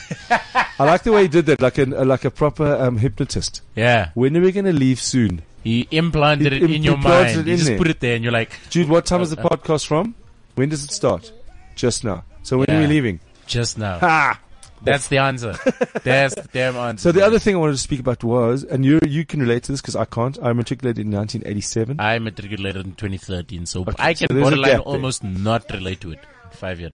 I like the way he did that, like an uh, like a proper um, hypnotist. Yeah. When are we gonna leave soon, He implanted He it in your implanted mind. it He in just there. put it there, and you're like, Jude? What time is the Uh, uh. podcast from? When does it start? Just now. So when are we Yeah. leaving? just now. Ha! That's the <laughs> answer. That's the damn answer. So the other thing I wanted to speak about was, and you you can relate to this because I can't. I matriculated in 1987. I matriculated in 2013, so I can so there's a borderline gap there. almost not relate to it. Five years.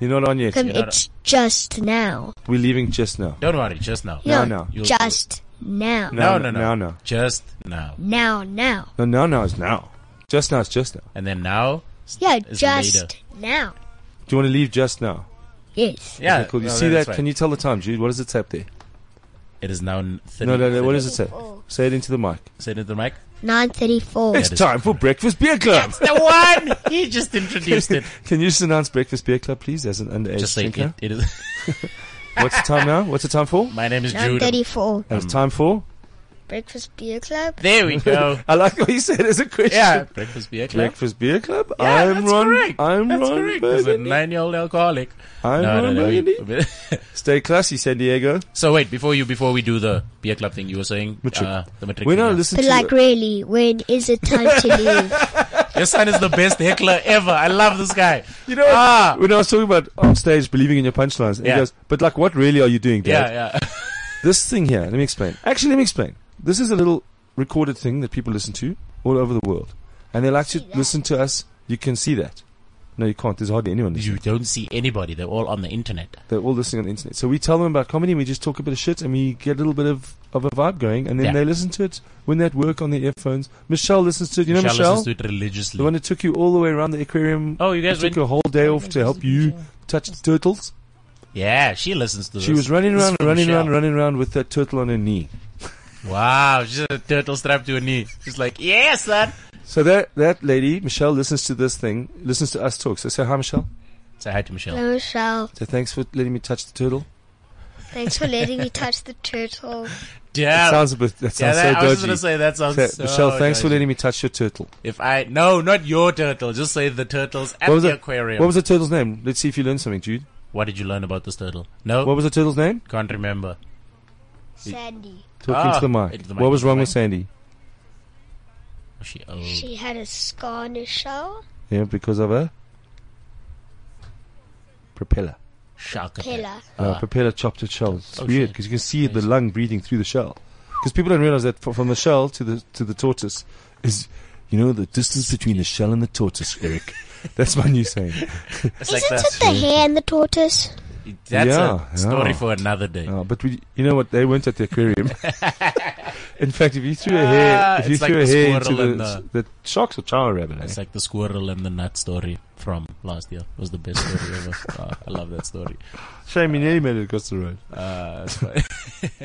You're not on yet. Come, not- it's just now. We're leaving just now. Don't worry, just now. No, No, no. You'll- just now. No, No, no, no, no. no, no. Just now. Now, now. No, now now is now. Just now, it's just now. and then now, Yeah, It's just now. Do you want to leave just now? Yes. yeah, Okay, cool. You no, see that's that? right. Can you tell the time, Jude? What does it say up there? It is now. n- 30, No, no, no. What does it say? Oh. Say it into the mic. Say it to <laughs> the mic. Nine thirty-four. It's time for Breakfast Beer Club. the one he just introduced it. <laughs> Can you just announce Breakfast Beer Club, please, as an underage Just say it, drinker? it is. What's the time now? What's the time for? My name is <laughs> Nine Jude. thirty-four. Um, And it's time for. Breakfast beer club. There <laughs> we go. I like what you said as a question. yeah, breakfast beer club. Breakfast Beer Club. Yeah, I'm that's Ron. correct. I'm that's Ron correct. As a Burgundy. nine-year-old alcoholic. I'm no, no, Ron no. Burgundy. we- Stay classy, San Diego. <laughs> so wait, before you, before we do the beer club thing, you were saying Matric. uh, the matric. When thing, I yeah. listen But to like, really, when is it time to leave? Your son is the best heckler ever. I love <laughs> this guy. You know, what? Ah. when I was talking about on stage believing in your punchlines, and Yeah. he goes, "But like, what really are you doing, Dad? Yeah, <laughs> yeah. This thing here. Let me explain. Actually, let me explain. This is a little recorded thing that people listen to all over the world, and they like to See that? listen to us. You can see that. No, you can't. There's hardly anyone. Listening. You don't see anybody. They're all on the internet. They're all listening on the internet. So we tell them about comedy. and We just talk a bit of shit, and we get a little bit of, of a vibe going, and then Yeah. they listen to it when they're at work on their earphones. Michelle listens to it. You know Michelle Michelle, listens to it religiously. the one that took you all the way around the aquarium. oh, you guys took went? a whole day off to help you touch the turtles. Yeah, she listens to this. She was running This is around, for running around, Michelle. running around with that turtle on her knee. Wow, she's a turtle strapped to her knee. She's like, yes, son. So that that lady, Michelle, listens to this thing, listens to us talk. So say hi, Michelle. Say hi to Michelle. Hello, Michelle. So thanks for letting me touch the turtle. Thanks for letting me touch the turtle. That Damn. sounds a bit. That yeah, sounds that, I was just so gonna dodgy. say that sounds. Say, so Michelle, thanks for dodgy. letting me touch your turtle. If I no, not your turtle. Just say the turtles at What was the it? aquarium. What was the turtle's name? Let's see if you learned something, Jude. What did you learn about this turtle? No, What was the turtle's name? can't remember. Sandy. Talking Ah, to the mic. into the mic, What was into the wrong mic. with Sandy? Oh, She old. She had a scar on her shell. Yeah, because of a propeller. Shark attack. Pillar. Uh, Ah. propeller chopped its shell. It's Oh, weird shit. because you can see the Nice. lung breathing through the shell. Because people don't realize that fro- from the shell to the to the tortoise is, you know, the distance between the shell and the tortoise, Eric. <laughs> That's my new <laughs> saying. It's like Isn't it that. the hare and the tortoise? That's Yeah, a story yeah. for another day. Uh, but we, you know what? They weren't at the <laughs> aquarium. In fact, if you threw a hair, Ah, if you it's like threw a the hair into squirrel the, and the, sharks or chow rabbit, eh? It's like the squirrel and the nut story from last year. It was the best <laughs> story ever. Ah, I love that story. shame you nearly made it across the road. Uh, <laughs> it's fine.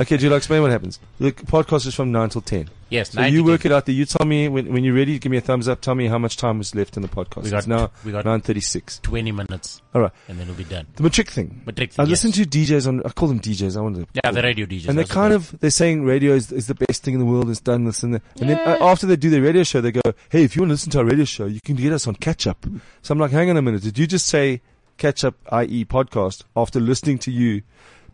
Okay, do you like explain what happens? The podcast is from nine till ten. <laughs> yes, So you work it out there. You tell me when, when you're ready. Give me a thumbs up. Tell me how much time is left in the podcast. We got it's now we got nine thirty-six. twenty minutes, All right, and then we'll be done. the matric thing. But Rick, I yes. listen to DJs on. I call them DJs. I want to. yeah the radio DJs, and they're that's kind what of they're saying radio is, is the best thing in the world. It's done this and that. And then uh, after they do their radio show, they go, "Hey, if you want to listen to our radio show, you can get us on catch up." So I'm like, "Hang on a minute, did you just say catch up, i.e., podcast?" After listening to you,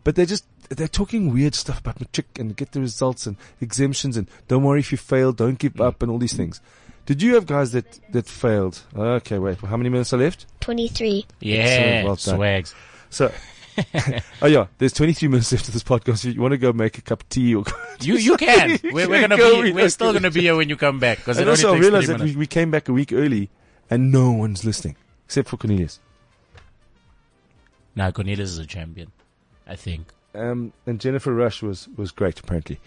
but they're just they're talking weird stuff about matric and get the results and exemptions and don't worry if you fail, don't give up, and all these things. Did you have guys that that failed? Okay, wait, how many minutes are left? Twenty-three. yeah, Excellent, well done. swags. So. <laughs> oh yeah, there's 23 minutes left of this podcast. If you want to go make a cup of tea or You you <laughs> can. We're, we're gonna Go be. with We're us, still go gonna be here when you come back because <laughs> it And only also, I takes realized three that we, minutes. we came back a week early and no one's listening except for Cornelius. Nah, Cornelius is a champion. I think. Um, and Jennifer Rush was, was great, apparently.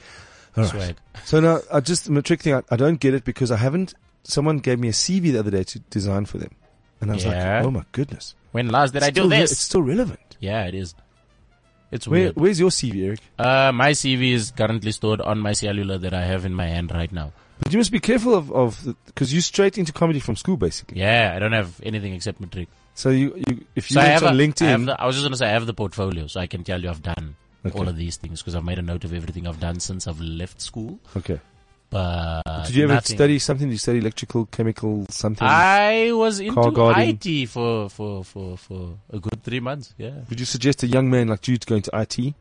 All right. Swag. So now, I just, the trick thing, I, I don't get it because I haven't, someone gave me a CV the other day to design for them. And I was Yeah. like, oh my goodness. When last did I do Still re- It's this? still relevant. Yeah, it is. It's Where, weird. where's your CV, Eric? Uh, my CV is currently stored on my cellular that I have in my hand right now. But you must be careful of, of, because you straight into comedy from school, basically. Yeah, I don't have anything except matric. So you, you if you So I went have on a- LinkedIn, I, have the, I was just gonna say I have the portfolio, so I can tell you I've done Okay. all of these things because I've made a note of everything I've done since I've left school. okay. But Did you ever nothing. Ah. study something? Did you study electrical, chemical, something? I was into Car guarding? IT for, for, for, for a good three months. Yeah, Would you suggest a young man like Jude going to <laughs> IT?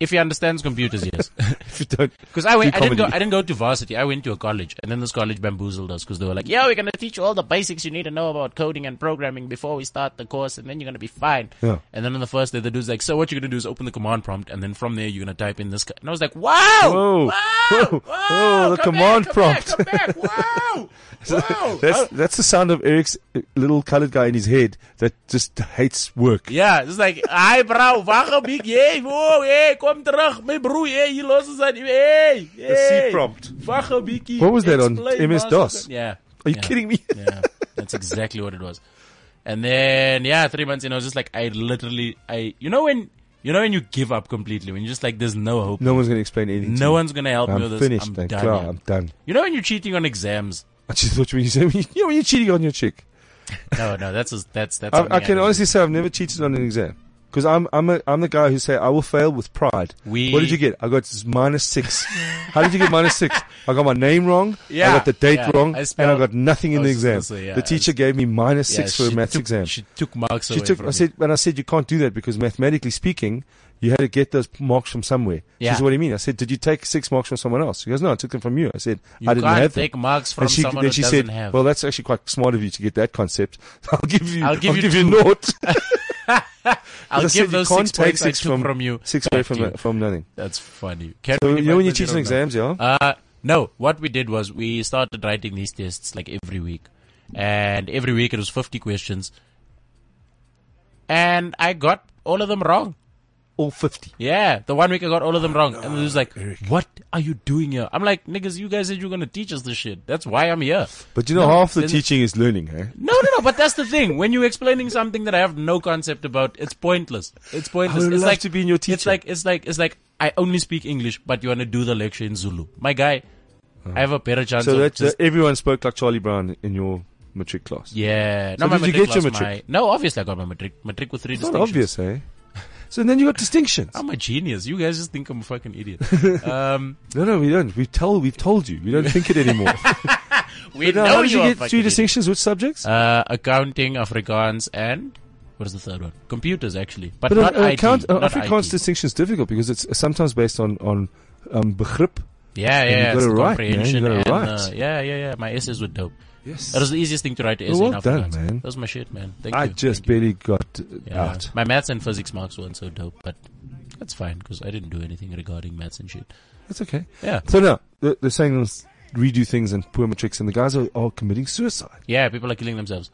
if he understands computers, yes. <laughs> If you don't, Because I, went, Do I didn't go. comedy. I didn't go to varsity. I went to a college, and then this college bamboozled us because they were like, "Yeah, we're gonna teach you all the basics you need to know about coding and programming before we start the course, and then you're gonna be fine." Yeah. And then on the first day, the dude's like, "So what you're gonna do is open the command prompt, and then from there you're gonna type in this." co-" And I was like, "Wow! Whoa. Wow! <laughs> Whoa. Wow! Whoa, the Come command back, prompt." Come back! Come back! <laughs> Wow! Wow!" That's Uh, that's the sound of Eric's uh, little colored guy in his head that just hates work. yeah, it's like, "Hi, bro, wacht big, hey, wow, hey, kom terug, my broer, hey, you lost us, hey, hey." prompt. Wacht, Biggie, What was that on explain MS-DOS? Mastercard. Yeah. Are you Yeah. kidding me? yeah, that's exactly what it was. And then yeah, three months in, I was just like, I literally, I, you know when, you know when you give up completely, when you're just like, there's no hope, no one's going to explain anything. to no me. one's gonna help me Mm. I'm with this. finished. I'm I'm done. Klar, yeah. I'm done. You know when you're cheating on exams? I just thought when you said, <laughs> you know, when you're cheating on your chick. No, no, that's a, that's that's. I, something I can don't- honestly say I've never cheated on an exam. Because I'm I'm a, I'm the guy who say I will fail with pride. We- what did you get? I got s- minus <laughs> six. How did you get minus six? I got my name wrong. I Yeah, got the date yeah. wrong, and I I spelled- got nothing in I the was just exam. gonna say, yeah, the I teacher gave me minus six Yeah, for a she maths took- exam. She took marks She away took. from I me. said, and I said you can't do that because mathematically speaking, you had to get those p- marks from somewhere. She Yeah. said, "What do you mean?" I said, "Did you take six marks from someone else?" She goes, "No, I took them from you." I said, You "I didn't can't have them." take marks from and she, someone then who she doesn't said, have. "Well, that's actually quite smart of you to get that concept. <laughs> I'll give you. I'll give you <laughs> two. naught. I'll I give said, those you can't six take points six I took from, from, you. Six away back from to you. from nothing. That's funny. Can So, we you get know back when you to teach that on or exams, yeah. not? Uh, no, what we did was we started writing these tests like every week, and every week it was fifty questions, and I got all of them wrong. all fifty. Yeah, the one week I got all of them wrong, and it was like, "What are you doing here?" I'm like, "Niggas, you guys said you're gonna teach us this shit. That's why I'm here." But you know, half the there's- teaching is learning, eh? No, no, no. But that's the thing. When you're explaining something that I have no concept about, it's pointless. It's pointless. I would it's love like to be in your It's teacher. like it's like it's like I only speak English, but you want to do the lecture in Zulu. My guy, I have a better chance. Oh. So of that just, that everyone spoke like Charlie Brown in your matric class. yeah. So no, my did you matric get your lost matric? My, no, obviously I got my matric. Matric with three it's not obvious, distinctions. eh? So then you got distinctions. I'm a genius. You guys just think I'm a <laughs> fucking idiot. um, No, no, we don't. We tell, we've told you. We don't think it anymore. <laughs> we No, know how did you you are a get fucking three idiot. distinctions? Which subjects? Uh, accounting, Afrikaans, and what is the third one? Computers, actually, but, but not uh, IT. account, uh, not Afrikaans IT. distinction is difficult because it's sometimes based on on um, begrip. Yeah, you yeah, yeah. gotta it's the write, man, you comprehension gotta and, write. uh, yeah, yeah, yeah. My essays were dope. Yes. That was the easiest thing to write an Well, essay well in done, Afrikaans. man. That was my shit, man. Thank I you. just Thank barely you. got uh, Yeah. out. My maths and physics marks weren't so dope, but that's fine because I didn't do anything regarding maths and shit. That's okay. Yeah, So now they're, they're saying let's redo things and poor matrix, and the guys are, are committing suicide. yeah. People are killing themselves.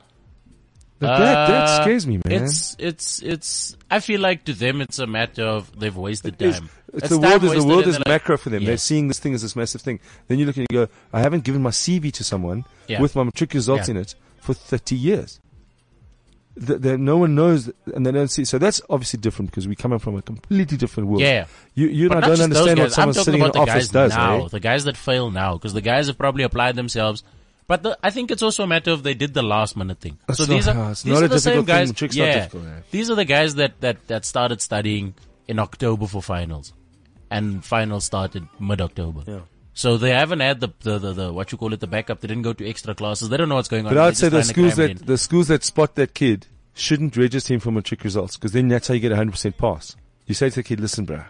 Like that, that Uh, scares me, man. It's it's it's. I feel like to them it's a matter of they've wasted It's- time. it's That's the time world is the wasted world and is they're like, macro for them. They're Yeah. seeing this thing as this massive thing. Then you look and you go, I haven't given my CV to someone Yeah. with my matric results Yeah. in it for thirty years. Th that no one knows, and they don't see. So that's obviously different because we're coming from a completely different world. Yeah. you you and But I not don't just those understand what guys. I'm someone talking sitting in about an the office guys does. now, eh? the guys that fail now, because the guys have probably applied themselves. But the, I think it's also a matter of they did the last minute thing. That's so not- these yeah, are it's these not are a the same difficult thing. guys. Trick's not yeah, difficult, eh? these are the guys that, that that started studying in October for finals, and finals started mid October. Yeah. So they haven't had the, the, the, the what you call it the backup. They didn't go to extra classes. They don't know what's going on. But They're I'd say just the trying to schools cram it that in. the schools that spot that kid shouldn't register him for matric results because then that's how you get a hundred percent pass. You say to the kid, "Listen, bro,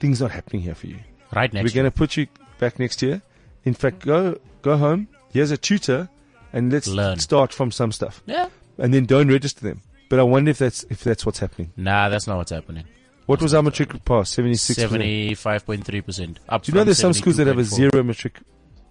things not happening here for you. right next. We're going to put you back next year. In fact, go go home. Here's a tutor, and let's Learn. start from some stuff, year. yeah. and then don't register them." But I wonder if that's if that's what's happening. Nah, that's not what's happening. What was our matric pass? Seventy six. Do Seventy-five point three percent. Up. you know from there's some schools that have a 72.4. zero matric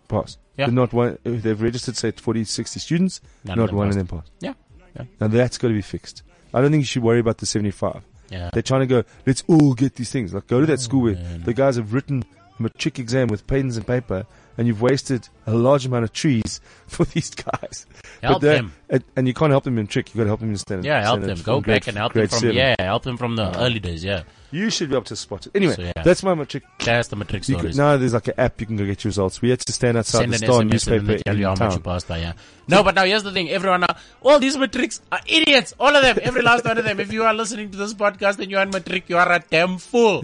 pass? Yeah. They're not one. if They've registered say 40, 60 students. None of not them one passed. of them passed. Yeah. Yeah. Now that's got to be fixed. I don't think you should worry about the 75. Yeah. They're trying to go, let's all get these things. Like, Oh, go to that school where the guys have written a matric exam with pens and paper, and you've wasted a large amount of trees <laughs> for these guys. Help they're- them. And, and you can't help them in trick. You've got to help them in standard. Yeah, help standard them. from Go grade- back and help them grade from seven. yeah, help them from the early days. Yeah, You should be able to spot it. Anyway, So, yeah. that's my matric. that's the matrix You could, stories. now there's like an app you can go get your results. We had to stand outside Send the an Star SMS and newspaper they tell in you how much you town. passed by. Yeah. No, but now here's the thing: everyone, are, all these matrix are idiots. All of them, every last one of them. If you are listening to this podcast and you are in matric, you are a damn fool.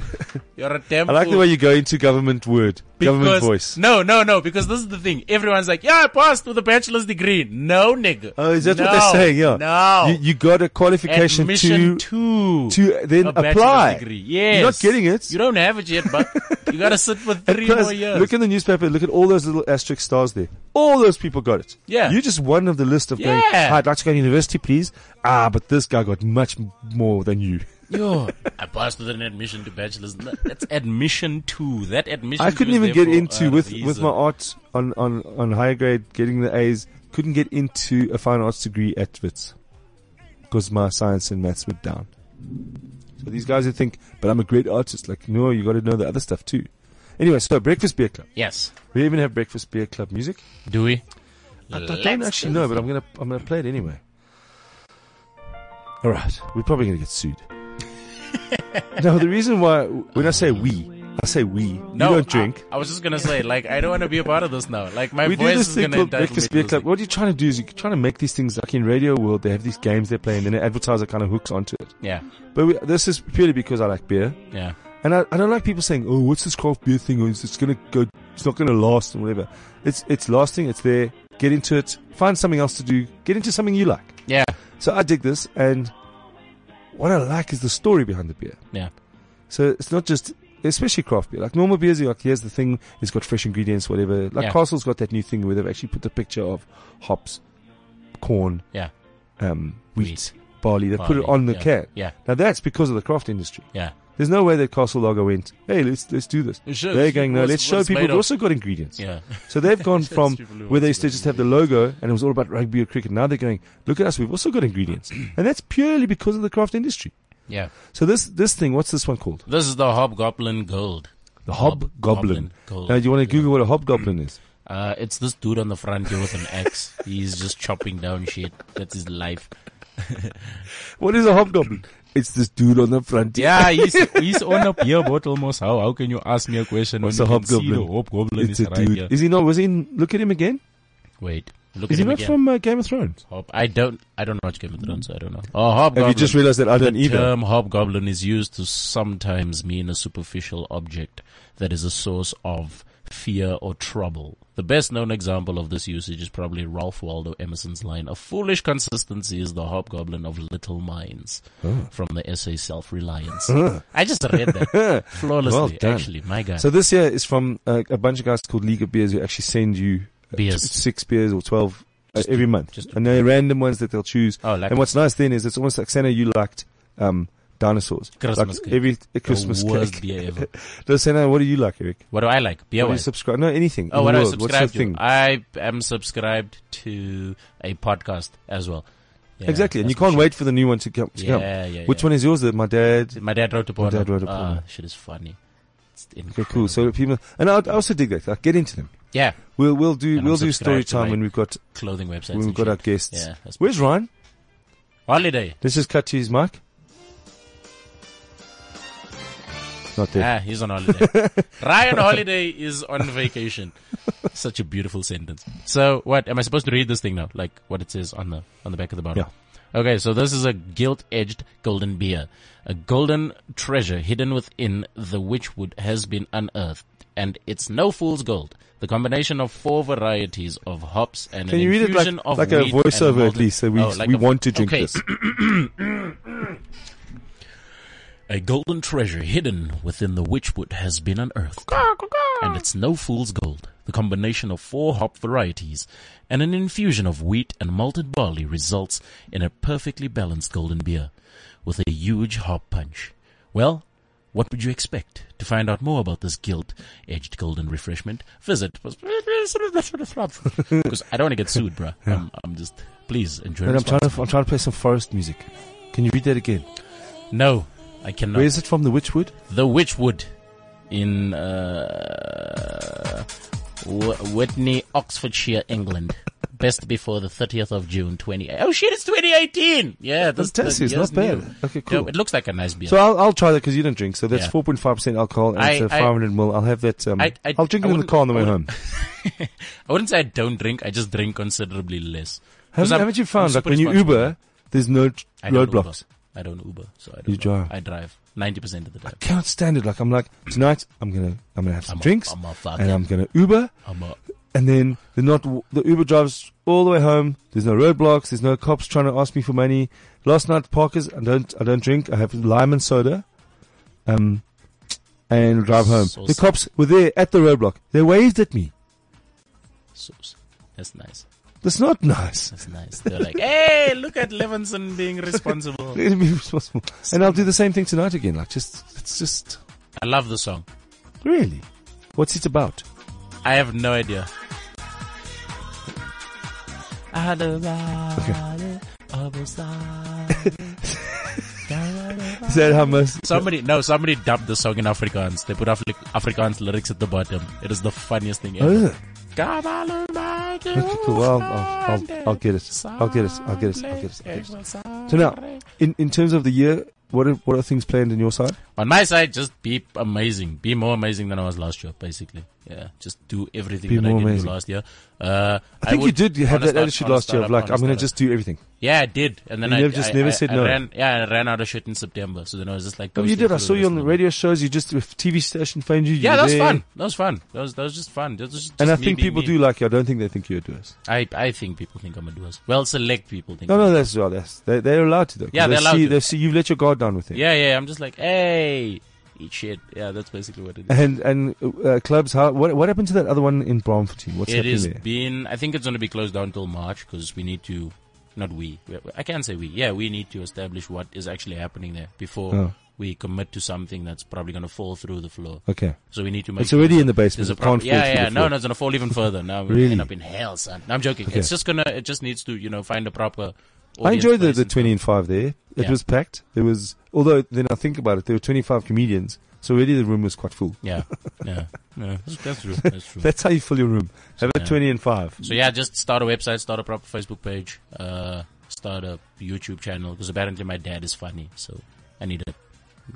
You're a <laughs> damn. I like the fool. way you go into government word, government Because- voice. No, no, no. Because this is the thing. Everyone's like, "Yeah, I passed with a bachelor's degree." No, nigga. Oh, is that what No, they're saying? Yeah. No. You, you got a qualification to, Admission two. to then a bachelor's apply. Degree. Yes. You're not getting it. You don't have it yet, but you gotta sit for three Plus, more years. Look in the newspaper. Look at all those little asterisk stars there. All those people got it. Yeah. You're just one of the list of going, Yeah. "Hi, I'd like to go to university, please. Ah, but this guy got much m- more than you. Yo, I passed with an admission to bachelor's. No, That's admission two. That admission. I couldn't two is even get there for uh, into a with, reason. with my art on, on, on higher grade, getting the A's. Couldn't get into a fine arts degree at Wits because my science and maths were down. So these guys who think, but I'm a great artist, like, no, you got to know the other stuff too. Anyway, so Breakfast Beer Club. Yes. We even have Breakfast Beer Club music. Do we? I don't- don't actually know, but I'm gonna I'm gonna play it anyway. All right, we're probably gonna get sued. <laughs> no, the reason why when I say we, I say we. No, you don't drink. I, I was just gonna say, like, I don't want to be a part of this now. Like, my we do voice this is thing gonna called entitle Breakfast me Beer to Club. this. What you're trying to do is you're trying to make these things like in Radio World. They have these games they play, and then they advertise the kind of hooks onto it. Yeah, But we, this is purely because I like beer, yeah. and I, I don't like people saying, "Oh, what's this craft beer thing? Or it's, it's gonna go, it's not gonna last, and whatever." It's it's lasting. It's there. Get into it. Find something else to do. Get into something you like. Yeah. So I dig this, and what I like is the story behind the beer. Yeah. So it's not just, especially craft beer. Like normal beers, you're like, here's the thing, it's got fresh ingredients, whatever. Like Yeah. Castle's got that new thing where they've actually put the picture of hops, corn, Yeah. um, wheat, Wheat. barley. They put it Barley, on the yeah. can. Yeah. Now that's because of the craft industry. Yeah. There's no way that Castle Lager went, hey, let's let's do this. It shows They're going, no, what's- let's show what's people made we've of. also got ingredients. Yeah. So <laughs> they've gone Shows from people who where they wants used to just have the logo and it was all about rugby or cricket. Now they're going, look at us, we've also got <clears throat> ingredients. And that's purely because of the craft industry. Yeah. So this this thing, what's this one called? This is the Hobgoblin Gold. The Hob- hobgoblin. Goblin Gold. Now, do you want to Google what a hobgoblin is? Uh, it's this dude on the front here with an axe. He's just chopping down shit. That's his life. What is a hobgoblin? It's this dude on the front. <laughs> Yeah, he's, he's on a beer bottle, most. How, how can you ask me a question What's when a you can see hobgoblin? the hobgoblin It's is a right dude. here? Is he not? Was he? In, look at him again. Wait, look Is at he him not again. from uh, Game of Thrones? Hob- I don't, I don't watch Game of Thrones, so I don't know. Oh, hobgoblin. Have you just realized that I don't the either? term hobgoblin is used to sometimes mean a superficial object that is a source of fear or trouble. The best known example of this usage is probably Ralph Waldo Emerson's line, A foolish consistency is the hobgoblin of little minds, Hmm. from the essay Self Reliance. I just <laughs> read that flawlessly, Well done. actually. My God. So this here is from uh, a bunch of guys called League of Beers who actually send you uh, Beers. t- six beers or twelve uh, every month, just to- and they're random ones that they'll choose. Oh, like and what's nice then is it's almost like Santa you liked um, dinosaurs. Christmas like cake. every uh, the Christmas worst cake. beer ever. No, Santa, what do you like, Eric? What do I like? Beer what do you wise. subscribe? No, anything. Oh, in what the do I world. What's subscribe the to? Ah, thing? I am subscribed to a podcast as well. Yeah, exactly, and you that's can't for wait for the new one to come. To sure. come. Yeah, yeah. Which yeah. one is yours? That my dad. My dad wrote a porno. dad wrote a Ah, porno. shit is funny. It's Okay, incredible. cool. So people, and I I also dig that. Like, get into them. yeah, We'll we'll do And I'm we'll do story subscribed to, time like, when we've got clothing websites. when we've and got our shit. guests. Yeah, that's Where's Ryan? holiday. Let's just cut to his mic. Not there. Ah, he's on <laughs> holiday. Ryan Holiday is on vacation. Such a beautiful sentence. So, what am I supposed to read this thing now? Like what it says on the on the back of the bottle. Okay, so this is a gilt-edged golden beer, a golden treasure hidden within the witchwood has been unearthed, and it's no fool's gold. The combination of four varieties of hops and Can an you read it like, infusion of like a wheat and voiceover at malted- least? So we, Oh, like we a- want to drink okay. this. A golden treasure hidden within the witchwood has been unearthed. And it's no fool's gold. The combination of four hop varieties and an infusion of wheat and malted barley results in a perfectly balanced golden beer with a huge hop punch. Well, what would you expect? To find out more about this gilt edged golden refreshment, visit. <laughs> Because I don't want to get sued, bruh. I'm, I'm just. Please enjoy And I'm trying responsibly. to I'm trying to play some forest music. Can you read that again? No, I cannot. Where is it from? The Witchwood. The Witchwood in uh, Wh- Whitney, Oxfordshire, England. Best before the 30th of June 20. Oh shit, it's 2018! Yeah, that's Fantastic. It's the year's not bad. new. Okay, cool. Yeah, it looks like a nice beer. So I'll, I'll try that because you don't drink. So that's Yeah. 4.5 percent alcohol and I- it's a I- 500 ml. I'll have that. Um, I, I- I- will drink I it in the wouldn't- car on the way I home. I wouldn't say I don't drink, I just drink considerably less. 'Cause Haven't, I'm- haven't you I'm found like super when you responsible. Uber, there's no t- I don't roadblocks. Uber. I don't Uber, so I don't. You know. drive. I drive 90% of the time. Cannot stand it. Like I'm like tonight I'm gonna I'm gonna have some I'm a- drinks I'm a fucking- and I'm gonna Uber I'm a, and then the not the Uber drives all the way home. There's no roadblocks. There's no cops trying to ask me for money. Last night, Parkers. I don't. I don't drink. I have lime and soda, um, and drive home. So the sad. cops were there at the roadblock. They waved at me. so, that's nice. That's not <laughs> nice. <laughs> That's nice. They're like, hey, look at Levinson being <laughs> responsible. It'd be responsible. And I'll do the same thing tonight again. Like just, it's just I love the song. really. What's it about? I have no idea. <laughs> Is that how most? <laughs> Somebody no, somebody dubbed the song in Afrikaans. They put Afri- Afrikaans lyrics at the bottom. It is the funniest thing Oh, is ever. it? Come on, my Okay, cool. Well, I'll, I'll, I'll get it. I'll get it. I'll get it. I'll get it. I'll get it. So now, in, in terms of the year, what are, what are things planned on your side? On my side, just be amazing. Be more amazing than I was last year, basically. Yeah. Just do everything Be that I more did amazing. last year. Uh, I think you would- did have honest that up- attitude honest last year of up, like, I'm honest going up. to just do everything. Yeah, I did. And then You I never- just I- never I- said I no. Ran, yeah, I ran out of shit in September. So then I was just like, Oh, you coasting did. I through saw this you on the now. radio shows. You just, if TV station phoned you. you Yeah, were that was there. fun. That was fun. That was that was just fun. That was just, And I just me think being people me. do like you. I don't think they think you're a doers. I I think people think I'm a doer. Well, select people think. No, I'm a no, doer. that's well, that's they, they're allowed to though. 'cause Yeah, they they're allowed see, to. They see you've let your guard down with them. Yeah, yeah. I'm just like, hey, eat shit. Yeah, that's basically what it is. And and uh, clubs, how what what happened to that other one in Bromfontein? What's It happening has there? been. I think it's going to be closed down till March because we need to. Not we. we- I can say we. Yeah, we need to establish what is actually happening there before Oh. we commit to something that's probably going to fall through the floor. Okay, So we need to make. it's already in the There's basement. a It can't problem. Yeah, fall through yeah. the No, floor. no, it's gonna fall even further. Now we Really? end up in hell, son. No, I'm joking. Okay. It's just gonna. It just needs to, you know, find a I proper. audience enjoyed the, place the and- 20 and 5 there. It Yeah. was packed. There was, although then I think about it, there were 25 comedians. So already the room was quite full. <laughs> Yeah, yeah, yeah. That's, that's true. That's true. That's how you fill your room. Have a Yeah. 20 and 5. So yeah, just start a website, start a proper Facebook page, uh, start a YouTube channel because apparently my dad is funny, so I need it.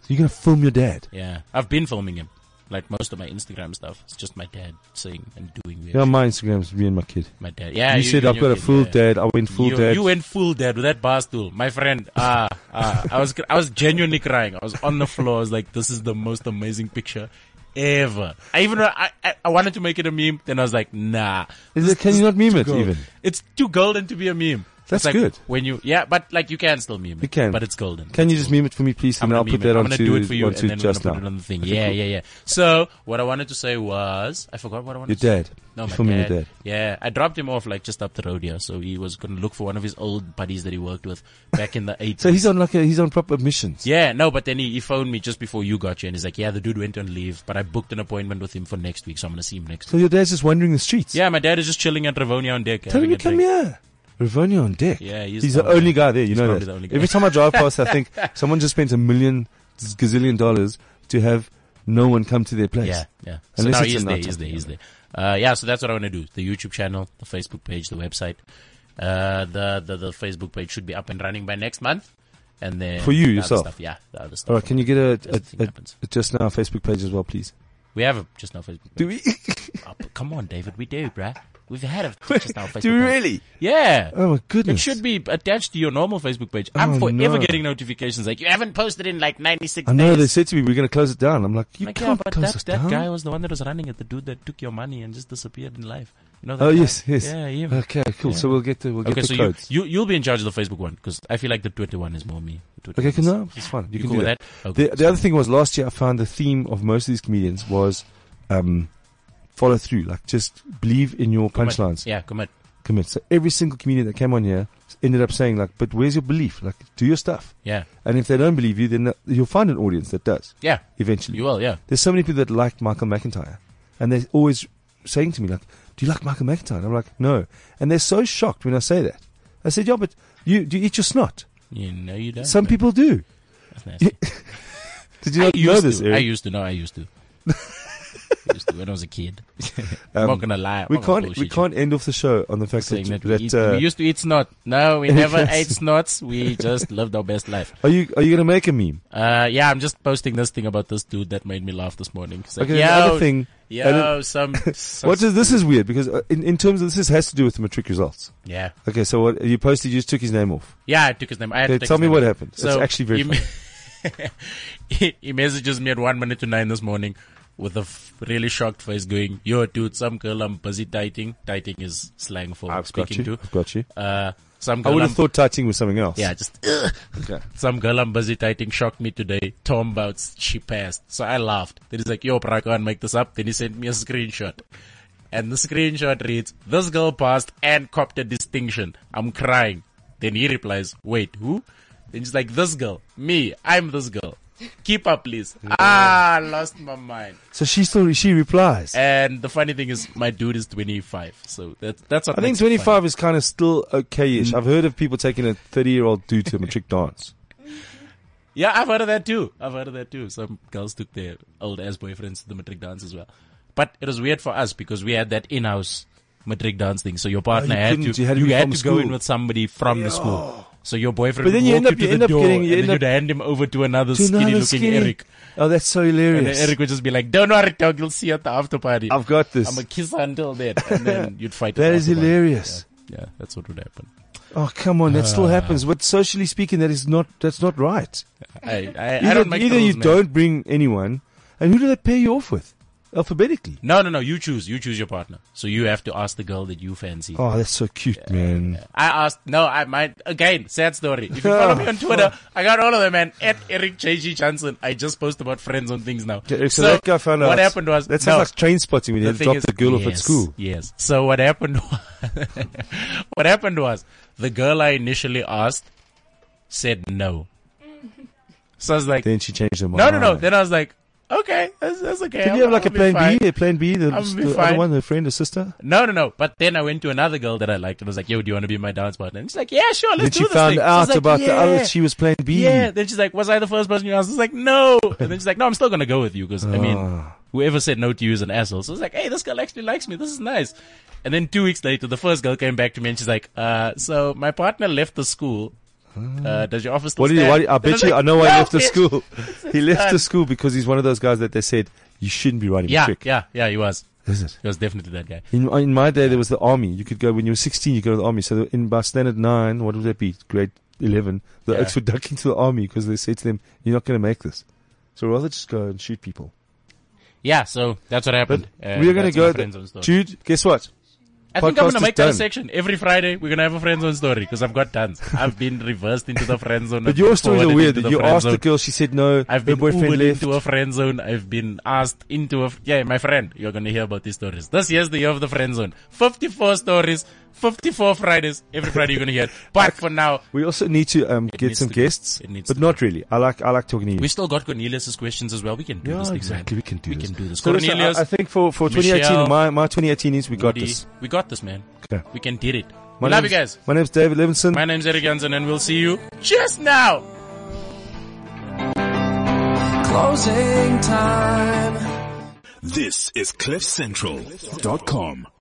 You're going to film your dad. Yeah, I've been filming him. Like most of my Instagram stuff, it's just my dad saying and doing weird. Yeah, shit. my Instagram's me and my kid. my dad. Yeah, you, said, and I've your got a kid, full yeah. dad. I went full you, dad. You went full dad with that bar stool, my friend. Ah, ah, I was, I was genuinely crying. I was on the floor. I was like, this is the most amazing picture ever. I even, I, I, I wanted to make it a meme. Then I was like, nah. Is This- it, can this you not meme too it gold. even? It's too golden to be a meme. That's It's like good. When you, yeah, but like you can still meme it. You can. But it's golden. Can It's you just golden. meme it for me, please? I'm And gonna I'll meme put it. that I'm gonna onto, do it for you, and onto then just we're gonna now. put it on the thing. Yeah, yeah, yeah. So what I wanted to say was, I forgot what I wanted Your to say. dad. No, You're my filming dad. your dad. Yeah, I dropped him off like just up the road here, so he was going to look for one of his old buddies that he worked with <laughs> back in the 80s. So he's on like a, he's on proper missions. yeah, no, but then he, he phoned me just before you got here, and he's like, "Yeah, the dude went on leave, but I booked an appointment with him for next week, so I'm going to see him next." So your dad's just wandering the streets. Yeah, my dad is just chilling at Ravonia on deck. Tell him having you a come drink. here. Ravonia on deck. Yeah, he's, He's, the probably- only guy there. You he's know probably that. the only guy. Every time I drive past, I <laughs> think someone just spent a million z- gazillion dollars to have no one come to their place. Yeah, yeah. Unless so now it's he's a there, night he's time. there, he's there. Uh, yeah, so that's what I want to do: the YouTube channel, the Facebook page, the website. Uh, the, the the Facebook page should be up and running by next month, and then For you, the other yourself? stuff, yeah, the other stuff. All right. Can you uh, get As the a, thing a, a, happens. a just now Facebook page as well, please? We have a just now <laughs> Facebook. Do we? Oh, but come on, David, we do, bruh. We've <laughs> had a just now Facebook. Do we page. really? Yeah. Oh my It goodness. should be attached to your normal Facebook page. I'm Oh, forever no. getting notifications like you haven't posted in like 96 I know they days. said to me we're going to close it down. I'm like, you Like, yeah, can't but close that, it that down. guy was the one that was running it, the dude that took your money and just disappeared in life. You know that oh guy? yes, yes. Yeah, him. Okay, cool. Yeah. So we'll get the we'll get okay, the so you, codes. you you'll be in charge of the Facebook one because I feel like the Twitter one is more me. The Twitter okay, one can, is- no, it's fine. You, You, can cool do with that. that? Okay. The, the other thing was last year I found the theme of most of these comedians was um, follow through, like just believe in your Commit. punchlines, Yeah, commit. commit. So every single comedian that came on here ended up saying like, but where's your belief? Like, do your stuff. Yeah, And if they don't believe you, then that- you'll find an audience that does yeah. eventually. You will. Yeah, There's so many people that like Michael McIntyre, and they're always saying to me like, "Do you like Michael McIntyre?" And I'm like, "No," and they're so shocked when I say that. I said, "Yeah, but you do you eat your snot? you know you don't. Some man. people do." That's nasty. Did you I not know used this? to. Eric? I used to. No, I used to. I used to when I was a kid. I'm Um, not gonna lie. I'm We not gonna can't we bullshit you. can't end off the show on the fact that, Saying that, that, we, eat, uh, we used to eat snot. No, <laughs> we never Yes. ate snots. We just lived our best life. are you are you gonna make a meme? Uh, yeah, I'm just posting this thing about this dude that made me laugh this morning. It's like, Okay, yo, another thing. yo, some, <laughs> some What is this is weird because uh, in, in terms of this, this has to do with the matric results. yeah, Okay, so what you posted, you just took his name off. yeah. I took his name. I had to Okay, take tell his me name. what happened. it's So, actually very. he, funny. me- he, <laughs> he messages me at one minute to nine this morning with a f- really shocked face, going, "Yo, dude, some girl I'm busy dating. Dating is slang for I've got speaking you. to. I've got you. Uh, some I girl would I'm have thought touching was something else. yeah, just "Ugh." Okay. some girl I'm busy dating shocked me today. Tom Bouts, she passed. So I laughed. Then he's like, yo, bro, I can't make this up. Then he sent me a screenshot. And the screenshot reads, this girl passed and copped a distinction. I'm crying. Then he replies, wait, who? Then he's like, this girl, me, I'm this girl. Keep up, please. Ah, lost my mind. So she still she replies. And the funny thing is, my dude is 25. So that's, that's what I think makes it funny. Mm. 25 is kind of <laughs> still okay-ish. I've heard of people taking a 30-year-old dude to a matric dance. Yeah, I've heard of that too. I've heard of that too. Some girls took their old ass boyfriends to the matric dance as well. But it was weird for us because we had that in-house matric dance thing. So your partner Ah, you had couldn't. to You had to be from to school. go in with somebody from the school. So your boyfriend But then you would end walk up- you you to end the up door getting- you and end then up- you'd hand him over to another To another skinny-looking skinny- Eric. Oh, that's so And then hilarious. Eric would just be like, "Don't worry, dog. You'll see you at the after party. I've got this. I'm a kiss until then." And then you'd fight. at That the is after party. hilarious. Yeah, that's what would happen. Oh, come on. That Ah. still happens. But socially speaking, that is not, that's not right. I, I, Either, I don't make either the you rules, man. don't bring anyone, and who do they pair you off with? Alphabetically. No, no, no. You choose. You choose your partner. So you have to ask the girl that you fancy. Oh, that's so cute, man. I asked. No, I might again. Sad story. If you follow me <laughs> on Twitter, I got all of them, man. At Eric JG Johnson. I just post about friends on things now. So, that guy found out. What happened was that sounds no, like train spotting when you the had thing dropped is- the girl off at yes, school. Yes. So what happened? wa- <laughs> what happened was the girl I initially asked said no. So I was like, Then she changed her mind. no, no, no. Then I was like, okay, that's, that's okay. Did I'll- you have like I'll a be plan fine. B? A plan B? The, I'll be the other fine. one, her friend, her sister? No, no, no. But then I went to another girl that I liked and I was like, yo, do you want to be my dance partner? And she's like, yeah, sure, Then let's she do this found thing. So I was out like, about the other, "Yeah." she was plan B. Yeah. Then she's like, was I the first person you asked? I was like, no. And then she's like, no, I'm still going to go with you because, I mean, Ah. whoever said no to you is an asshole. So I was like, hey, this girl actually likes me. This is nice. And then two weeks later, the first girl came back to me and she's like, uh, so my partner left the school. Uh, does your office still Ah. What do you, stand?" why, I Then bet was you, like, I know why "No, he left the bitch." <laughs> school. He left the done. school because he's one of those guys that they said, you shouldn't be riding a Yeah, trick. yeah, yeah, he was. Is it? He was definitely that guy. In, uh, in my day, there was the army. You could go when you were 16. You go to the army. So in by standard nine, what would that be? Grade 11. The Yeah. oaks were <laughs> ducking to the army because they said to them, "You're not going to make this." So rather just go and shoot people. Yeah, so that's what But happened. Uh, we are going to that's my go. friends on story. Dude, guess what? I think I'm Podcast gonna is make that done. a section every Friday. We're gonna have a friend zone story because I've got tons. I've been reversed into the friend zone. I've But been your stories are forwarded weird. into that You friend asked the zone. girl. She said no. I've her been boyfriend Ubered left. into a friend zone. I've been asked into a f- yeah, my friend. You're gonna hear about these stories. This year's the year of the friend zone. Fifty-four stories, fifty-four Fridays. Every Friday you're <laughs> gonna hear. It. But for now, We also need to um, get needs some to go. guests, It needs but to not really. I like I like talking to you. we still got Cornelius's questions as well. We can do yeah, this. thing, man. exactly. We can do We this. can do this. So listen, I- Cornelius, I, think for, for 2018, Michelle, my, my 2018 is we got Woody, this. we got this, man. Okay. We can did it. My Love you name's- guys. My name's David Levinson. My name's Eric Jansen, and we'll see you just now. Closing time. This is CliffCentral.com.